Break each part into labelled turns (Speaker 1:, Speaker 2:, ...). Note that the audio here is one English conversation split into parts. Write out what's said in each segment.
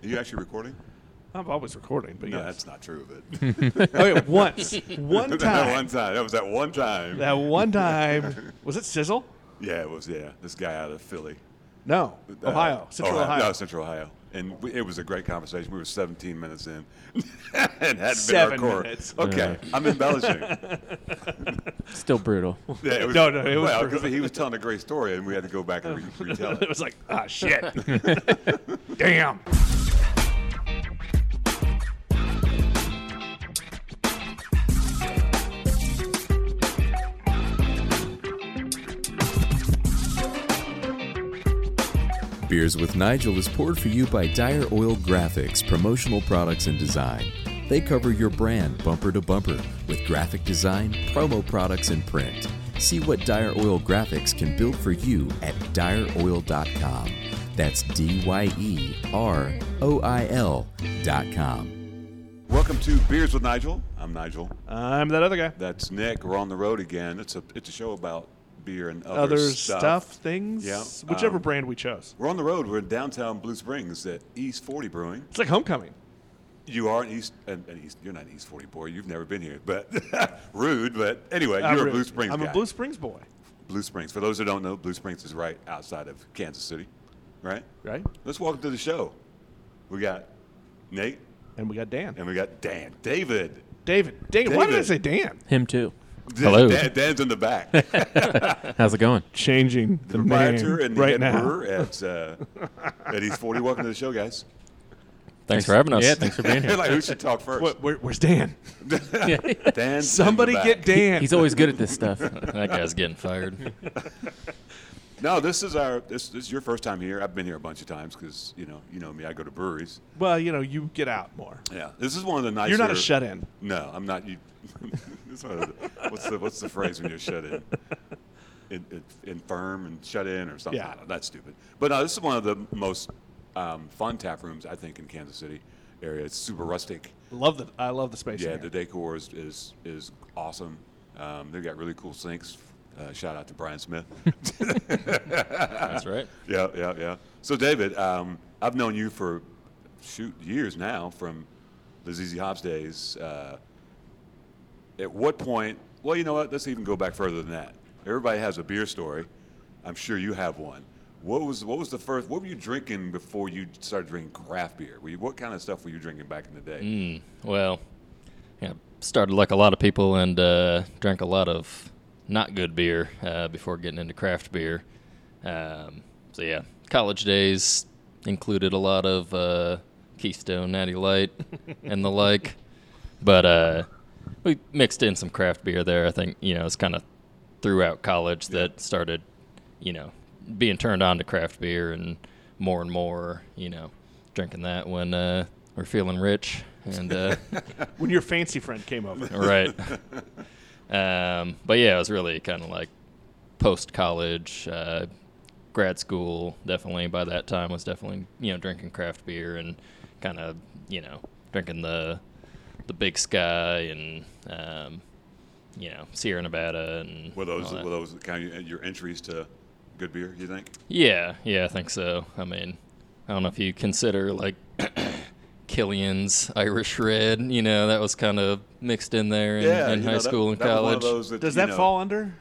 Speaker 1: Are you actually recording?
Speaker 2: I'm always recording, but
Speaker 1: No,
Speaker 2: yeah.
Speaker 1: that's not true. But
Speaker 2: okay, once, one
Speaker 1: that
Speaker 2: time,
Speaker 1: one time, that was that one time.
Speaker 2: that one time, was it Sizzle?
Speaker 1: yeah, it was. Yeah, this guy out of Philly,
Speaker 2: No,
Speaker 1: Uh,
Speaker 2: Ohio, Central Ohio.
Speaker 1: No, Central Ohio, and we, it was a great conversation. We were 17 minutes in, and hadn't
Speaker 2: Seven
Speaker 1: been our core.
Speaker 2: minutes.
Speaker 1: Okay, I'm embellishing.
Speaker 3: Still brutal.
Speaker 1: Yeah, it was,
Speaker 2: No, no, it was
Speaker 1: well,
Speaker 2: brutal.
Speaker 1: because he was telling a great story, and we had to go back and re- retell
Speaker 2: it
Speaker 1: it.
Speaker 2: was like, ah, shit. Damn.
Speaker 4: Beers with Nigel is poured for you by Dire Oil Graphics, promotional products and design. They cover your brand bumper to bumper with graphic design, promo products, and print. See what Dire Oil Graphics can build for you at direoil.com. That's D Y E R O I L.com.
Speaker 1: Welcome to Beers with Nigel. I'm Nigel.
Speaker 2: I'm that other guy.
Speaker 1: That's Nick. We're on the road again. It's a it's a show about beer and other,
Speaker 2: Other stuff, things,
Speaker 1: Yeah,
Speaker 2: whichever
Speaker 1: um,
Speaker 2: brand we chose.
Speaker 1: We're on the road. We're in downtown Blue Springs at East 40 Brewing.
Speaker 2: It's like homecoming.
Speaker 1: You are an East, an, an East. You're not an East 40 boy. You've never been here, but rude. But anyway,
Speaker 2: I'm
Speaker 1: you're
Speaker 2: re-
Speaker 1: a Blue Springs
Speaker 2: I'm
Speaker 1: guy.
Speaker 2: a Blue Springs boy,
Speaker 1: Blue Springs. For those who don't know, Blue Springs is right outside of Kansas City, right?
Speaker 2: right?
Speaker 1: Let's walk to the show. We got Nate
Speaker 2: And we got Dan.
Speaker 1: and we got Dan, David.
Speaker 2: David. Dang, why did I
Speaker 1: David.
Speaker 2: say Dan?
Speaker 3: Him too.
Speaker 5: Hello.
Speaker 1: Dan, Dan's in the back.
Speaker 5: How's it going?
Speaker 2: Changing the
Speaker 1: Proprietor and the
Speaker 2: right
Speaker 1: head
Speaker 2: now.
Speaker 1: brewer at uh, at East 40. Welcome to the show, guys.
Speaker 5: Thanks, for having us.
Speaker 3: Yeah, thanks for being here.
Speaker 1: like who should talk first?
Speaker 2: What, where, where's Dan?
Speaker 1: Dan's in the
Speaker 2: Somebody
Speaker 1: back.
Speaker 2: get Dan.
Speaker 3: He's always good at this stuff.
Speaker 5: that guy's getting fired.
Speaker 1: No, this is our this, this is your first time here. I've been here a bunch of times because you know you know me. I go to breweries.
Speaker 2: well, you know, you get out more.
Speaker 1: Yeah, this is one of the nicer.
Speaker 2: You're not a shut in.
Speaker 1: No, I'm not. You. this one of the, what's the what's the phrase when you're shut in? In, in, infirm and shut in or something.
Speaker 2: Yeah.
Speaker 1: I don't know, that's stupid. But no, this is one of the most um, fun tap rooms I think in Kansas City area. It's super rustic.
Speaker 2: Love the I love the space.
Speaker 1: Yeah,
Speaker 2: in
Speaker 1: the
Speaker 2: here.
Speaker 1: decor is is, is awesome. Um, they've got really cool sinks. Uh, shout out to Brian Smith.
Speaker 5: That's right.
Speaker 1: yeah, yeah, yeah. So David, um, I've known you for shoot years now from the ZZ Hobbs days. Uh, at what point? Well, you know what? Let's even go back further than that. Everybody has a beer story. I'm sure you have one. What was what was the first? What were you drinking before you started drinking craft beer? Were you, what kind of stuff were you drinking back in the day?
Speaker 5: Mm. Well, yeah, started like a lot of people and uh, drank a lot of not good beer uh, before getting into craft beer. Um, so yeah, college days included a lot of uh, Keystone, Natty Light, and the like. But uh, we mixed in some craft beer there. I think you know it's kind of throughout college that started, you know, being turned on to craft beer and more and more, you know, drinking that when uh, we're feeling rich and uh,
Speaker 2: When your fancy friend came over.
Speaker 5: right. Um, but yeah, it was really kind of like post college, uh, grad school. Definitely by that time was definitely you know drinking craft beer and kind of you know drinking the the Big Sky and um, you know Sierra Nevada and
Speaker 1: Were those
Speaker 5: all that.
Speaker 1: were those kind of your entries to good beer? You think?
Speaker 5: Yeah, yeah, I think so. I mean, I don't know if you consider like Killian's Irish Red. You know, that was kind of mixed in there in, in
Speaker 1: you
Speaker 5: high
Speaker 1: know, that-
Speaker 5: school and
Speaker 1: that was one
Speaker 5: college.
Speaker 1: of those that,
Speaker 2: Does
Speaker 1: you
Speaker 2: that
Speaker 1: know,
Speaker 2: fall under?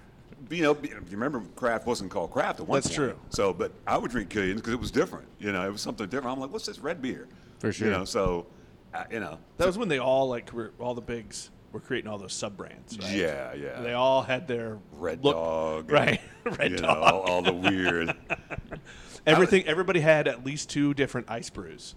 Speaker 1: You know, you remember craft wasn't called craft at one
Speaker 2: That's
Speaker 1: point.
Speaker 2: true.
Speaker 1: So, but I would drink Killian's because it was different. You know, it was something different. I'm like, what's this red beer?
Speaker 3: For sure.
Speaker 1: You know, so I, you know,
Speaker 2: That was when they all like were, all the bigs were creating all those sub brands. Right?
Speaker 1: yeah, yeah.
Speaker 2: They all had their
Speaker 1: red
Speaker 2: look-
Speaker 1: dog,
Speaker 2: right?
Speaker 1: and,
Speaker 2: Red
Speaker 1: you know,
Speaker 2: dog.
Speaker 1: all, all the weird.
Speaker 2: Everything. Everybody had at least two different ice brews.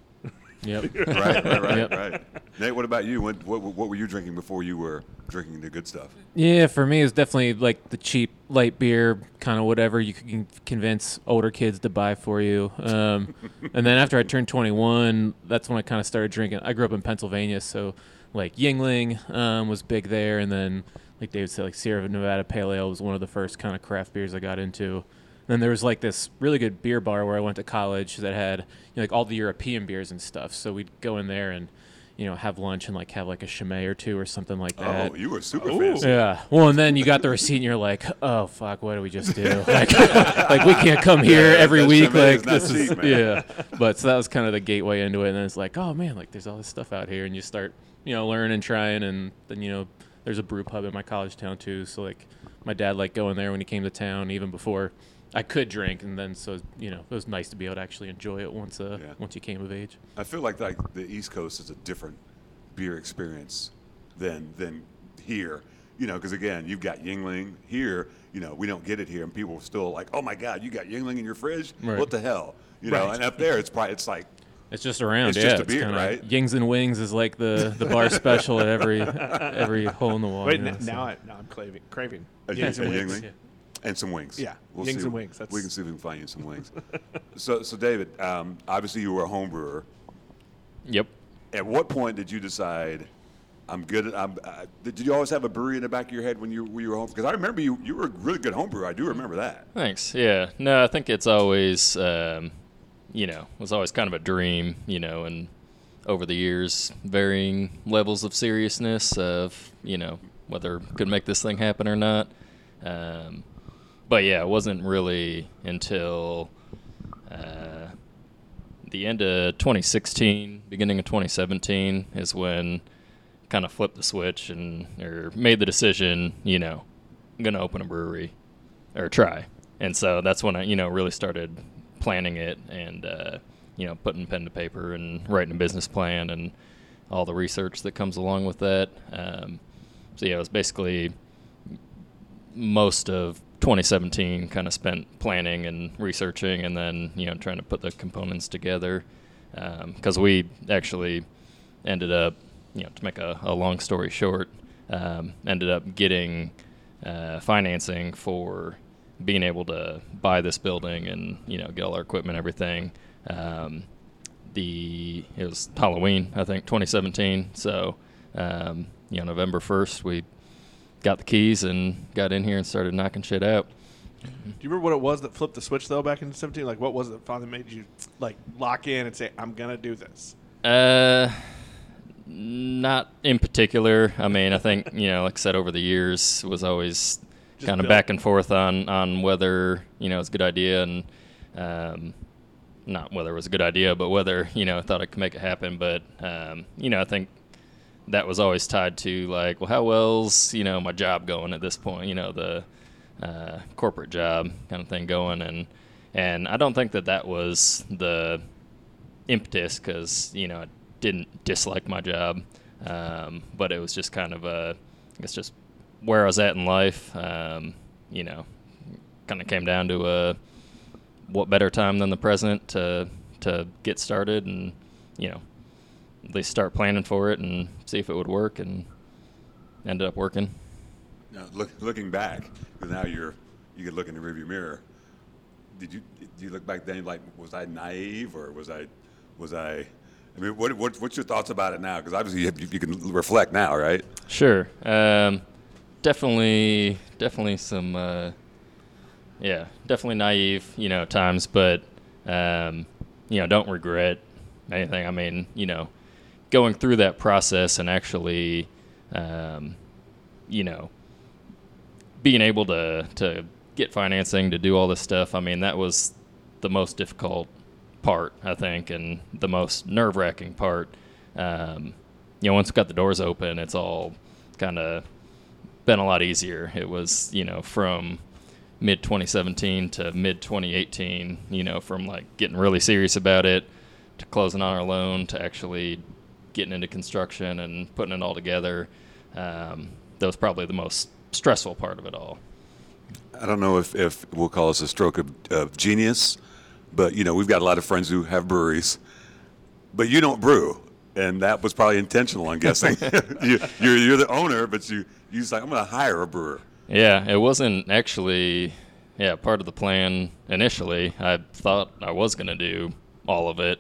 Speaker 3: Yep.
Speaker 1: right, right, right,
Speaker 3: Yep.
Speaker 1: right. Nate, what about you? What, what what were you drinking before you were drinking the good stuff?
Speaker 3: Yeah, for me, it's definitely like the cheap light beer, kind of whatever you can convince older kids to buy for you. Um, and then after I turned 21, that's when I kind of started drinking. I grew up in Pennsylvania, so like Yingling um, was big there. And then, like David said, like Sierra Nevada Pale Ale was one of the first kind of craft beers I got into. Then there was like this really good beer bar where I went to college that had you know, like all the European beers and stuff. So we'd go in there and you know, have lunch and like have like a chimay or two or something like that.
Speaker 1: Oh, you were super fancy.
Speaker 3: Yeah. Well, and then you got the receipt, and you're like, "Oh fuck, what do we just do? Like, like we can't come here every
Speaker 1: that
Speaker 3: week.
Speaker 1: Chimay is
Speaker 3: Like
Speaker 1: not
Speaker 3: this is
Speaker 1: cheap, man.
Speaker 3: yeah." But so that was kind of the gateway into it, and then it's like, "Oh man, like there's all this stuff out here," and you start, you know, learning, trying, and then you know, there's a brew pub in my college town too. So like, my dad liked going there when he came to town, even before I could drink, and then so you know, it was nice to be able to actually enjoy it once uh
Speaker 1: Yeah.
Speaker 3: once you came of age.
Speaker 1: I feel like like the East Coast is a different beer experience than than here. You know, because again, you've got Yingling here. You know, we don't get it here, and people are still like, "Oh my God, you got Yingling in your fridge?
Speaker 3: Right.
Speaker 1: What the hell?" You know, and up there, it's probably it's like
Speaker 3: It's just around.
Speaker 1: It's
Speaker 3: yeah,
Speaker 1: just a beer,
Speaker 3: kinda-
Speaker 1: right?
Speaker 3: Yings and Wings is like the, the bar special at every every hole in the wall.
Speaker 2: Wait,
Speaker 3: you know,
Speaker 2: n-
Speaker 3: so-
Speaker 2: now, I, now I'm craving. craving.
Speaker 1: a,
Speaker 2: Yings
Speaker 1: a
Speaker 2: and wings.
Speaker 1: Yingling and some wings.
Speaker 2: Yeah, Yings
Speaker 1: see.
Speaker 2: and wings, that's-
Speaker 1: We can see if we can find you some wings. so, so David, um, obviously you were a home brewer.
Speaker 5: Yep.
Speaker 1: At what point did you decide I'm good? At, I'm, I, did you always have a brewery in the back of your head when you when you were home? Because I remember you you were a really good home brewer. I do remember that.
Speaker 5: Thanks. Yeah. No, I think it's always, um, you know, was always kind of a dream, you know, and over the years, varying levels of seriousness of, you know, whether could make this thing happen or not. Um, but yeah, it wasn't really until uh, the end of 2016, beginning of 2017 is when kind of flipped the switch and or made the decision, you know, I'm going to open a brewery or try. And so that's when I, you know, really started planning it and, uh, you know, putting pen to paper and writing a business plan and all the research that comes along with that. Um, so yeah, it was basically most of 2017 kind of spent planning and researching and then, you know, trying to put the components together. Because we actually ended up, you know, to make a, a long story short, um, ended up getting uh, financing for being able to buy this building and, you know, get all our equipment, everything. Um, the it was Halloween, I think, 2017. So, um, you know, November 1st, we got the keys and got in here and started knocking shit out.
Speaker 2: Do you remember what it was that flipped the switch though back in 17? Like, what was it that finally made you like lock in and say, "I'm gonna do this"?
Speaker 5: Uh, not in particular. I mean, I think you know, like I said, over the years was always
Speaker 2: Just
Speaker 5: kind of
Speaker 2: built.
Speaker 5: back and forth on on whether you know it's a good idea and um, not whether it was a good idea, but whether you know I thought I could make it happen. But um, you know, I think that was always tied to like, well, how well's you know my job going at this point? You know, the uh, corporate job kind of thing going, and and I don't think that that was the impetus because you know I didn't dislike my job, um, but it was just kind of a, I guess just where I was at in life. Um, you know, kind of came down to a what better time than the present to to get started and you know at least start planning for it and see if it would work and ended up working.
Speaker 1: Now, look, looking back, 'cause now you're you can look in the rearview mirror. Did you do you look back then like was I naive or was I was I? I mean, what, what what's your thoughts about it now? Because obviously you, have- you, you can reflect now, right?
Speaker 5: Sure. Um, definitely, definitely some, uh, yeah, definitely naive, you know, times, but, um, you know, don't regret anything. I mean, you know, going through that process and actually, um, you know, being able to, to get financing, to do all this stuff. I mean, that was the most difficult part, I think, and the most nerve wracking part. Um, you know, once we got the doors open, it's all kind of been a lot easier. It was, you know, from mid 2017 to mid 2018, you know, from like getting really serious about it to closing on our loan to actually getting into construction and putting it all together. Um, that was probably the most stressful part of it all.
Speaker 1: I don't know if, if we'll call this a stroke of, of genius, but you know we've got a lot of friends who have breweries, but you don't brew, and that was probably intentional. I'm guessing you, you're you're the owner, but you you just like I'm going to hire a brewer.
Speaker 5: Yeah, it wasn't actually yeah, part of the plan initially. I thought I was going to do all of it.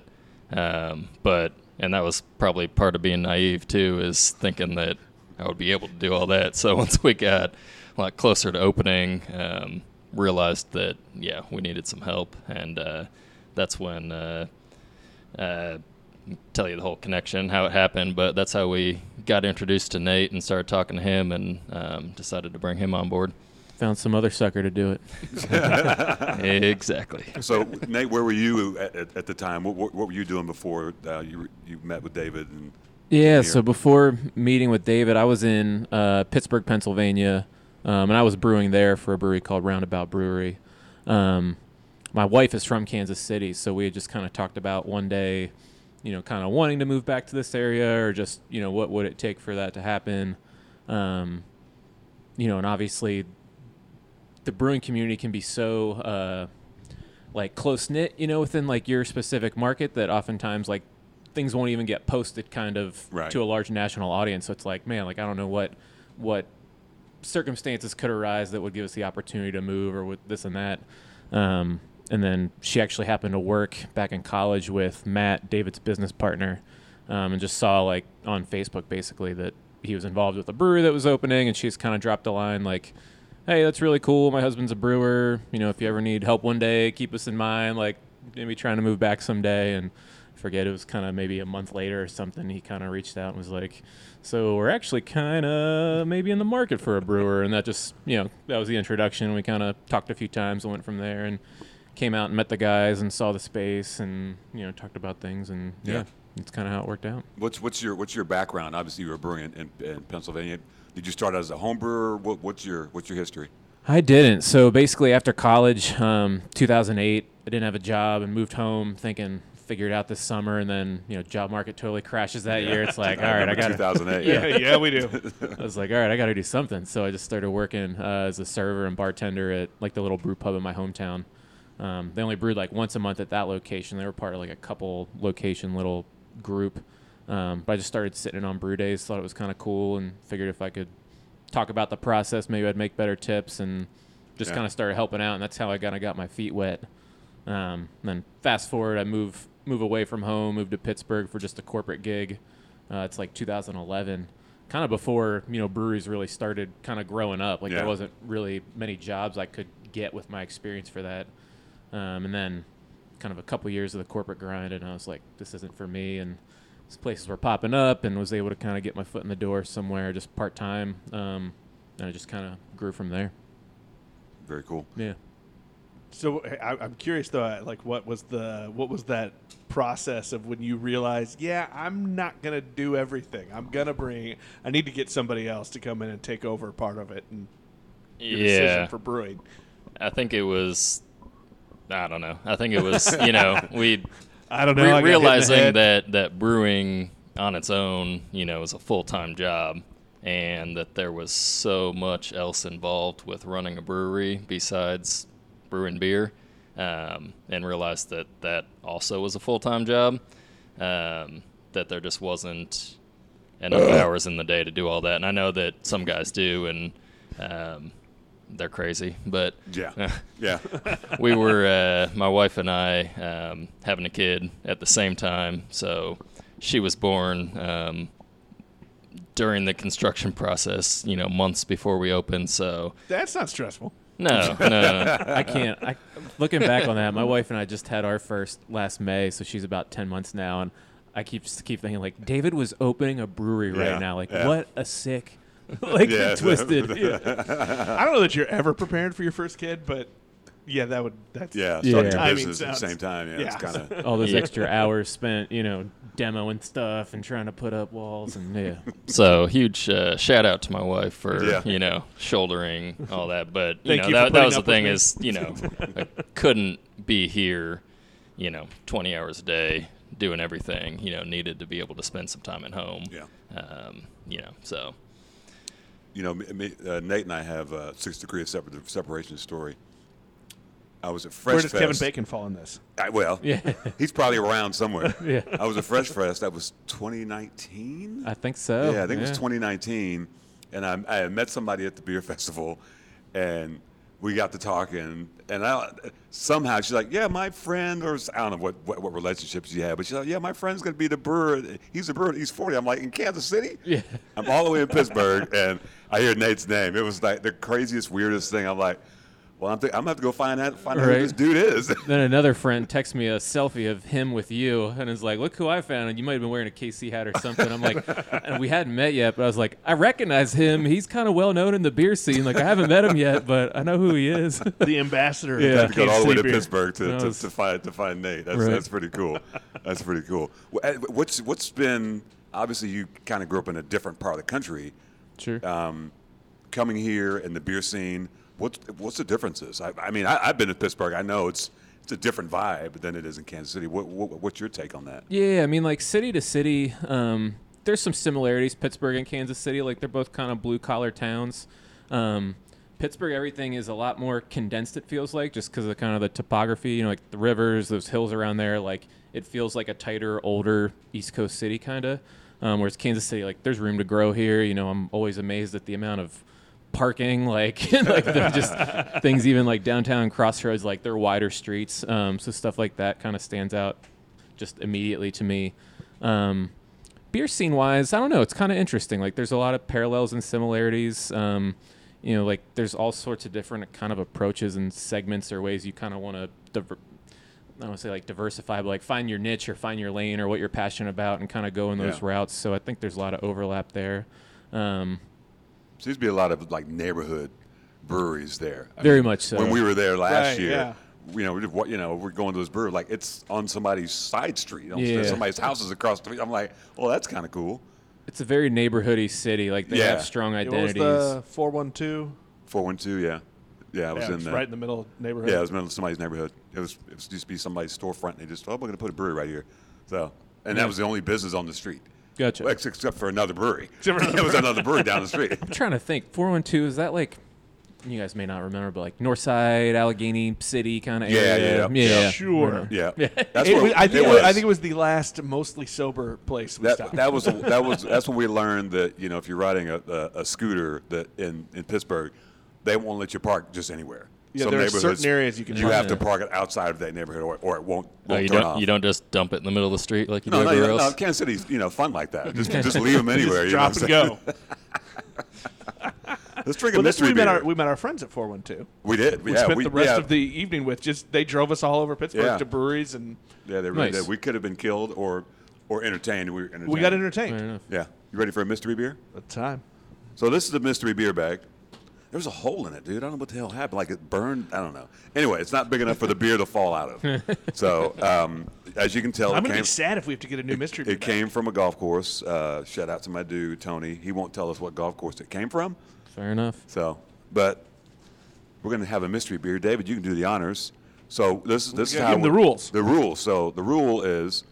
Speaker 5: Um, but and that was probably part of being naive too is thinking that I would be able to do all that. So once we got a lot closer to opening, um, realized that yeah, we needed some help and uh, that's when uh, uh, tell you the whole connection, how it happened, but that's how we got introduced to Nate and started talking to him and um, decided to bring him on board.
Speaker 3: Found some other sucker to do it.
Speaker 5: exactly.
Speaker 1: So, Nate, where were you at, at, at the time? What, what, what were you doing before uh, you, you met with David? And
Speaker 3: Yeah.
Speaker 1: here.
Speaker 3: So before meeting with David, I was in uh, Pittsburgh, Pennsylvania, um, and I was brewing there for a brewery called Roundabout Brewery. Um, my wife is from Kansas City, so we had just kind of talked about one day, you know, kind of wanting to move back to this area, or just you know, what would it take for that to happen? Um, you know, and obviously, the brewing community can be so. Uh, like close knit, you know, within like your specific market that oftentimes like things won't even get posted kind of
Speaker 1: Right.
Speaker 3: to a large national audience. So it's like, man, like I don't know what what circumstances could arise that would give us the opportunity to move or with this and that. Um, and then she actually happened to work back in college with Matt, David's business partner, um, and just saw like on Facebook basically that he was involved with a brewery that was opening, and she's kind of dropped a line like, "Hey, that's really cool. My husband's a brewer. You know, if you ever need help one day, keep us in mind. Like, maybe trying to move back someday." And I forget it was kind of maybe a month later or something. He kind of reached out and was like, "So we're actually kind of maybe in the market for a brewer." And that just you know that was the introduction. We kind of talked a few times and went from there and came out and met the guys and saw the space and you know talked about things and yeah,
Speaker 1: Yeah.
Speaker 3: it's kind of how it worked out.
Speaker 1: what's, what's, your, what's your background? Obviously, you were brewing in, in, in Pennsylvania. Did you start out as a home brewer? What, what's, your, what's your history?
Speaker 3: I didn't. So basically, after college, um, 2008, I didn't have a job and moved home thinking, figured out this summer, and then you know, job market totally crashes that year. It's like, all right, I
Speaker 1: Remember
Speaker 3: got.
Speaker 1: 2008.
Speaker 2: Yeah, yeah, we do.
Speaker 3: I was like, all right, I got to do something. So I just started working uh, as a server and bartender at like the little brew pub in my hometown. Um, they only brewed like once a month at that location. They were part of like a couple location little group. Um, but I just started sitting in on brew days, thought it was kind of cool, and figured if I could talk about the process, maybe I'd make better tips and just
Speaker 1: Yeah.
Speaker 3: kind of started helping out. And that's how I kind of got my feet wet. Um, and then fast forward, I move move away from home, move to Pittsburgh for just a corporate gig. Uh, it's like 2011, kind of before you know breweries really started kind of growing up. Like
Speaker 1: Yeah.
Speaker 3: there wasn't really many jobs I could get with my experience for that. Um, and then kind of a couple years of the corporate grind, and I was like, this isn't for me. And these places were popping up, and was able to kind of get my foot in the door somewhere, just part time. Um, and I just kind of grew from there.
Speaker 1: Very cool.
Speaker 3: Yeah.
Speaker 2: So I, I'm curious though, uh, like what was the what was that process of when you realized, yeah, I'm not gonna do everything. I'm gonna bring. I need to get somebody else to come in and take over part of it and your decision
Speaker 5: Yeah.
Speaker 2: for brewing.
Speaker 5: I think it was, I don't know. I think it was, you know, we
Speaker 2: I don't know. I
Speaker 5: re-
Speaker 2: got hit in the
Speaker 5: realizing
Speaker 2: head.
Speaker 5: that that brewing on its own, you know, is a full time job, and that there was so much else involved with running a brewery besides brewing beer, um, and realized that that also was a full time job. Um, that there just wasn't enough hours in the day to do all that, and I know that some guys do, and um, they're crazy, but
Speaker 1: Yeah. yeah.
Speaker 5: we were uh, my wife and I um, having a kid at the same time, so she was born um, during the construction process. You know, months before we opened. So
Speaker 2: that's not stressful.
Speaker 5: no, no, no.
Speaker 3: I can't. I, looking back on that, my wife and I just had our first last May, so she's about ten months now, and I keep just keep thinking like David was opening a brewery right
Speaker 1: Yeah,
Speaker 3: now. Like
Speaker 1: yeah.
Speaker 3: what a sick, like
Speaker 1: Yeah,
Speaker 3: twisted. yeah.
Speaker 2: I don't know that you're ever prepared for your first kid, but yeah, that would that's
Speaker 1: Yeah. Starting
Speaker 2: Timing
Speaker 1: your business at the
Speaker 2: sounds-
Speaker 1: same time. Yeah. It's
Speaker 2: yeah.
Speaker 1: kind of.
Speaker 3: All those
Speaker 5: Yeah.
Speaker 3: extra hours spent, you know, demoing stuff and trying to put up walls and yeah.
Speaker 5: So huge uh, shout out to my wife for
Speaker 1: Yeah.
Speaker 5: you know shouldering all that, but you
Speaker 2: Thank
Speaker 5: know
Speaker 2: you for
Speaker 5: that, that
Speaker 2: putting
Speaker 5: was the
Speaker 2: up with
Speaker 5: thing
Speaker 2: me.
Speaker 5: is you know I couldn't be here, you know, 20 hours a day doing everything. You know, needed to be able to spend some time at home.
Speaker 1: Yeah.
Speaker 5: Um, you know, so
Speaker 1: you know, me, me, uh, Nate and I have a six degree of separ- separation story. I was at Fresh
Speaker 2: Where does Kevin
Speaker 1: Fest.
Speaker 2: Bacon fall in this?
Speaker 1: I, well,
Speaker 3: Yeah.
Speaker 1: he's probably around somewhere.
Speaker 3: Yeah.
Speaker 1: I was at Fresh Fest. That was 2019.
Speaker 3: I think so.
Speaker 1: Yeah, I think it was 2019, and I, I had met somebody at the beer festival, and we got to talking, and I, somehow she's like, "Yeah, my friend," or I don't know what what, what relationship she had, but she's like, "Yeah, my friend's gonna be the brewer. He's a brewer. He's 40." I'm like, "In Kansas City?"
Speaker 3: Yeah.
Speaker 1: I'm all the way in Pittsburgh, and I hear Nate's name. It was like the craziest, weirdest thing. I'm like. Well, I'm, think I'm gonna have to go find out find out
Speaker 3: Right.
Speaker 1: who this dude is.
Speaker 3: Then another friend texts me a selfie of him with you and is like, Look who I found. And you might have been wearing a KC hat or something. I'm like, And we hadn't met yet, but I was like, I recognize him. He's kind of well known in the beer scene. Like, I haven't met him yet, but I know who he is.
Speaker 2: The ambassador. of
Speaker 3: Yeah.
Speaker 1: I have to go
Speaker 2: Kansas
Speaker 1: all the way to
Speaker 2: City beer.
Speaker 1: Pittsburgh to,
Speaker 3: No,
Speaker 1: to,
Speaker 3: it's-
Speaker 1: to find to find Nate. That's,
Speaker 3: Right.
Speaker 1: that's pretty cool. That's pretty cool. Wh- eh, What's what's been obviously you kind of grew up in a different part of the country,
Speaker 3: sure.
Speaker 1: um, coming here and the beer scene. What's what's the differences? I, I mean, I, I've been to Pittsburgh. I know it's it's a different vibe than it is in Kansas City. What, what what's your take on that?
Speaker 3: Yeah, I mean, like city to city, um, there's some similarities. Pittsburgh and Kansas City, like they're both kind of blue collar towns. Um, Pittsburgh, everything is a lot more condensed. It feels like just because of kind of the topography, you know, like the rivers, those hills around there. Like it feels like a tighter, older East Coast city, kind of. Um, whereas Kansas City, like there's room to grow here. You know, I'm always amazed at the amount of parking like like the, just things even like downtown crossroads like they're wider streets um, so stuff like that kind of stands out just immediately to me. Um, beer scene wise, I don't know. It's kind of interesting. Like, there's a lot of parallels and similarities. Um, you know, like there's all sorts of different kind of approaches and segments or ways you kind of want to. Diver- I don't want to say like diversify, but like find your niche or find your lane or what you're passionate about and kind of go in those
Speaker 1: Yeah.
Speaker 3: routes. So I think there's a lot of overlap there. Um,
Speaker 1: Seems to be a lot of like neighborhood breweries there. I
Speaker 3: Very much so.
Speaker 1: When we were there last
Speaker 2: Right,
Speaker 1: year,
Speaker 2: yeah.
Speaker 1: you know, we did what you know, we're going to this brewery like it's on somebody's side street. You know,
Speaker 3: Yeah.
Speaker 1: There's somebody's houses across the street. I'm like, well, that's kind of cool.
Speaker 3: it's a very neighborhoody city. Like they
Speaker 1: Yeah.
Speaker 3: have strong
Speaker 2: What was
Speaker 3: identities.
Speaker 2: the 412?
Speaker 1: Four one two, yeah, yeah, I was
Speaker 2: Yeah,
Speaker 1: in
Speaker 2: it's
Speaker 1: there.
Speaker 2: right in the middle of the neighborhood.
Speaker 1: yeah, it was in somebody's neighborhood. It was it was used to be somebody's storefront. And they just, oh, we're going to put a brewery right here. So, and that was the only business on the street.
Speaker 3: Gotcha.
Speaker 1: Ex- Except for another brewery.
Speaker 2: Except for another
Speaker 1: it was another brewery down the street.
Speaker 3: I'm trying to think. 412 is that like you guys may not remember, but like Northside, Allegheny City kind of
Speaker 1: Yeah,
Speaker 3: area.
Speaker 1: yeah, yeah.
Speaker 2: Sure.
Speaker 1: Yeah,
Speaker 2: It
Speaker 1: where
Speaker 2: was- I, think it was, I
Speaker 1: was.
Speaker 2: think it was the last mostly sober place we
Speaker 1: That,
Speaker 2: stopped.
Speaker 1: that was that was that's when we learned that you know if you're riding a, a, a scooter that in, in Pittsburgh, they won't let you park just anywhere.
Speaker 2: Yeah, there are certain
Speaker 1: neighborhoods,
Speaker 2: areas you can
Speaker 1: You
Speaker 2: park.
Speaker 1: have to park it outside of that neighborhood, or, or it won't,
Speaker 5: Oh,
Speaker 1: won't
Speaker 5: you
Speaker 1: turn
Speaker 5: don't
Speaker 1: off.
Speaker 5: you don't just dump it in the middle of the street like you
Speaker 1: no,
Speaker 5: do
Speaker 1: no, you
Speaker 5: everywhere
Speaker 1: don't- no,
Speaker 5: else.
Speaker 1: Kansas City's you know fun like that. Just just leave them anywhere. you know
Speaker 2: Drop
Speaker 1: what
Speaker 2: and
Speaker 1: I'm
Speaker 2: go.
Speaker 1: saying? Let's drink a
Speaker 2: But that's
Speaker 1: mystery
Speaker 2: when we met
Speaker 1: beer.
Speaker 2: our we met our friends at 412.
Speaker 1: we did.
Speaker 2: We
Speaker 1: yeah,
Speaker 2: spent
Speaker 1: we,
Speaker 2: the rest
Speaker 1: yeah,
Speaker 2: of the evening with just they drove us all over Pittsburgh
Speaker 1: Yeah.
Speaker 2: to breweries and
Speaker 1: yeah, they really
Speaker 3: Nice.
Speaker 1: did. We could have been killed or or entertained. We were entertained.
Speaker 2: we got entertained
Speaker 3: Fair enough.
Speaker 1: Yeah, you ready for a mystery beer?
Speaker 2: at the time.
Speaker 1: So this is the mystery beer bag. There was a hole in it, dude. I don't know what the hell happened. Like it burned. I don't know. Anyway, it's not big enough for the beer to fall out of. So um, as you can tell,
Speaker 2: I'm
Speaker 1: it
Speaker 2: gonna
Speaker 1: came,
Speaker 2: be sad if we have to get a new mystery.
Speaker 1: it
Speaker 2: beer.
Speaker 1: came from a golf course. Uh, shout out to my dude Tony. He won't tell us what golf course it came from.
Speaker 3: Fair enough.
Speaker 1: So, but we're gonna have a mystery beer. David, you can do the honors. So this is this is
Speaker 2: gotta
Speaker 1: how
Speaker 2: give 'em the
Speaker 1: we-
Speaker 2: rules.
Speaker 1: The rules. So the rule is,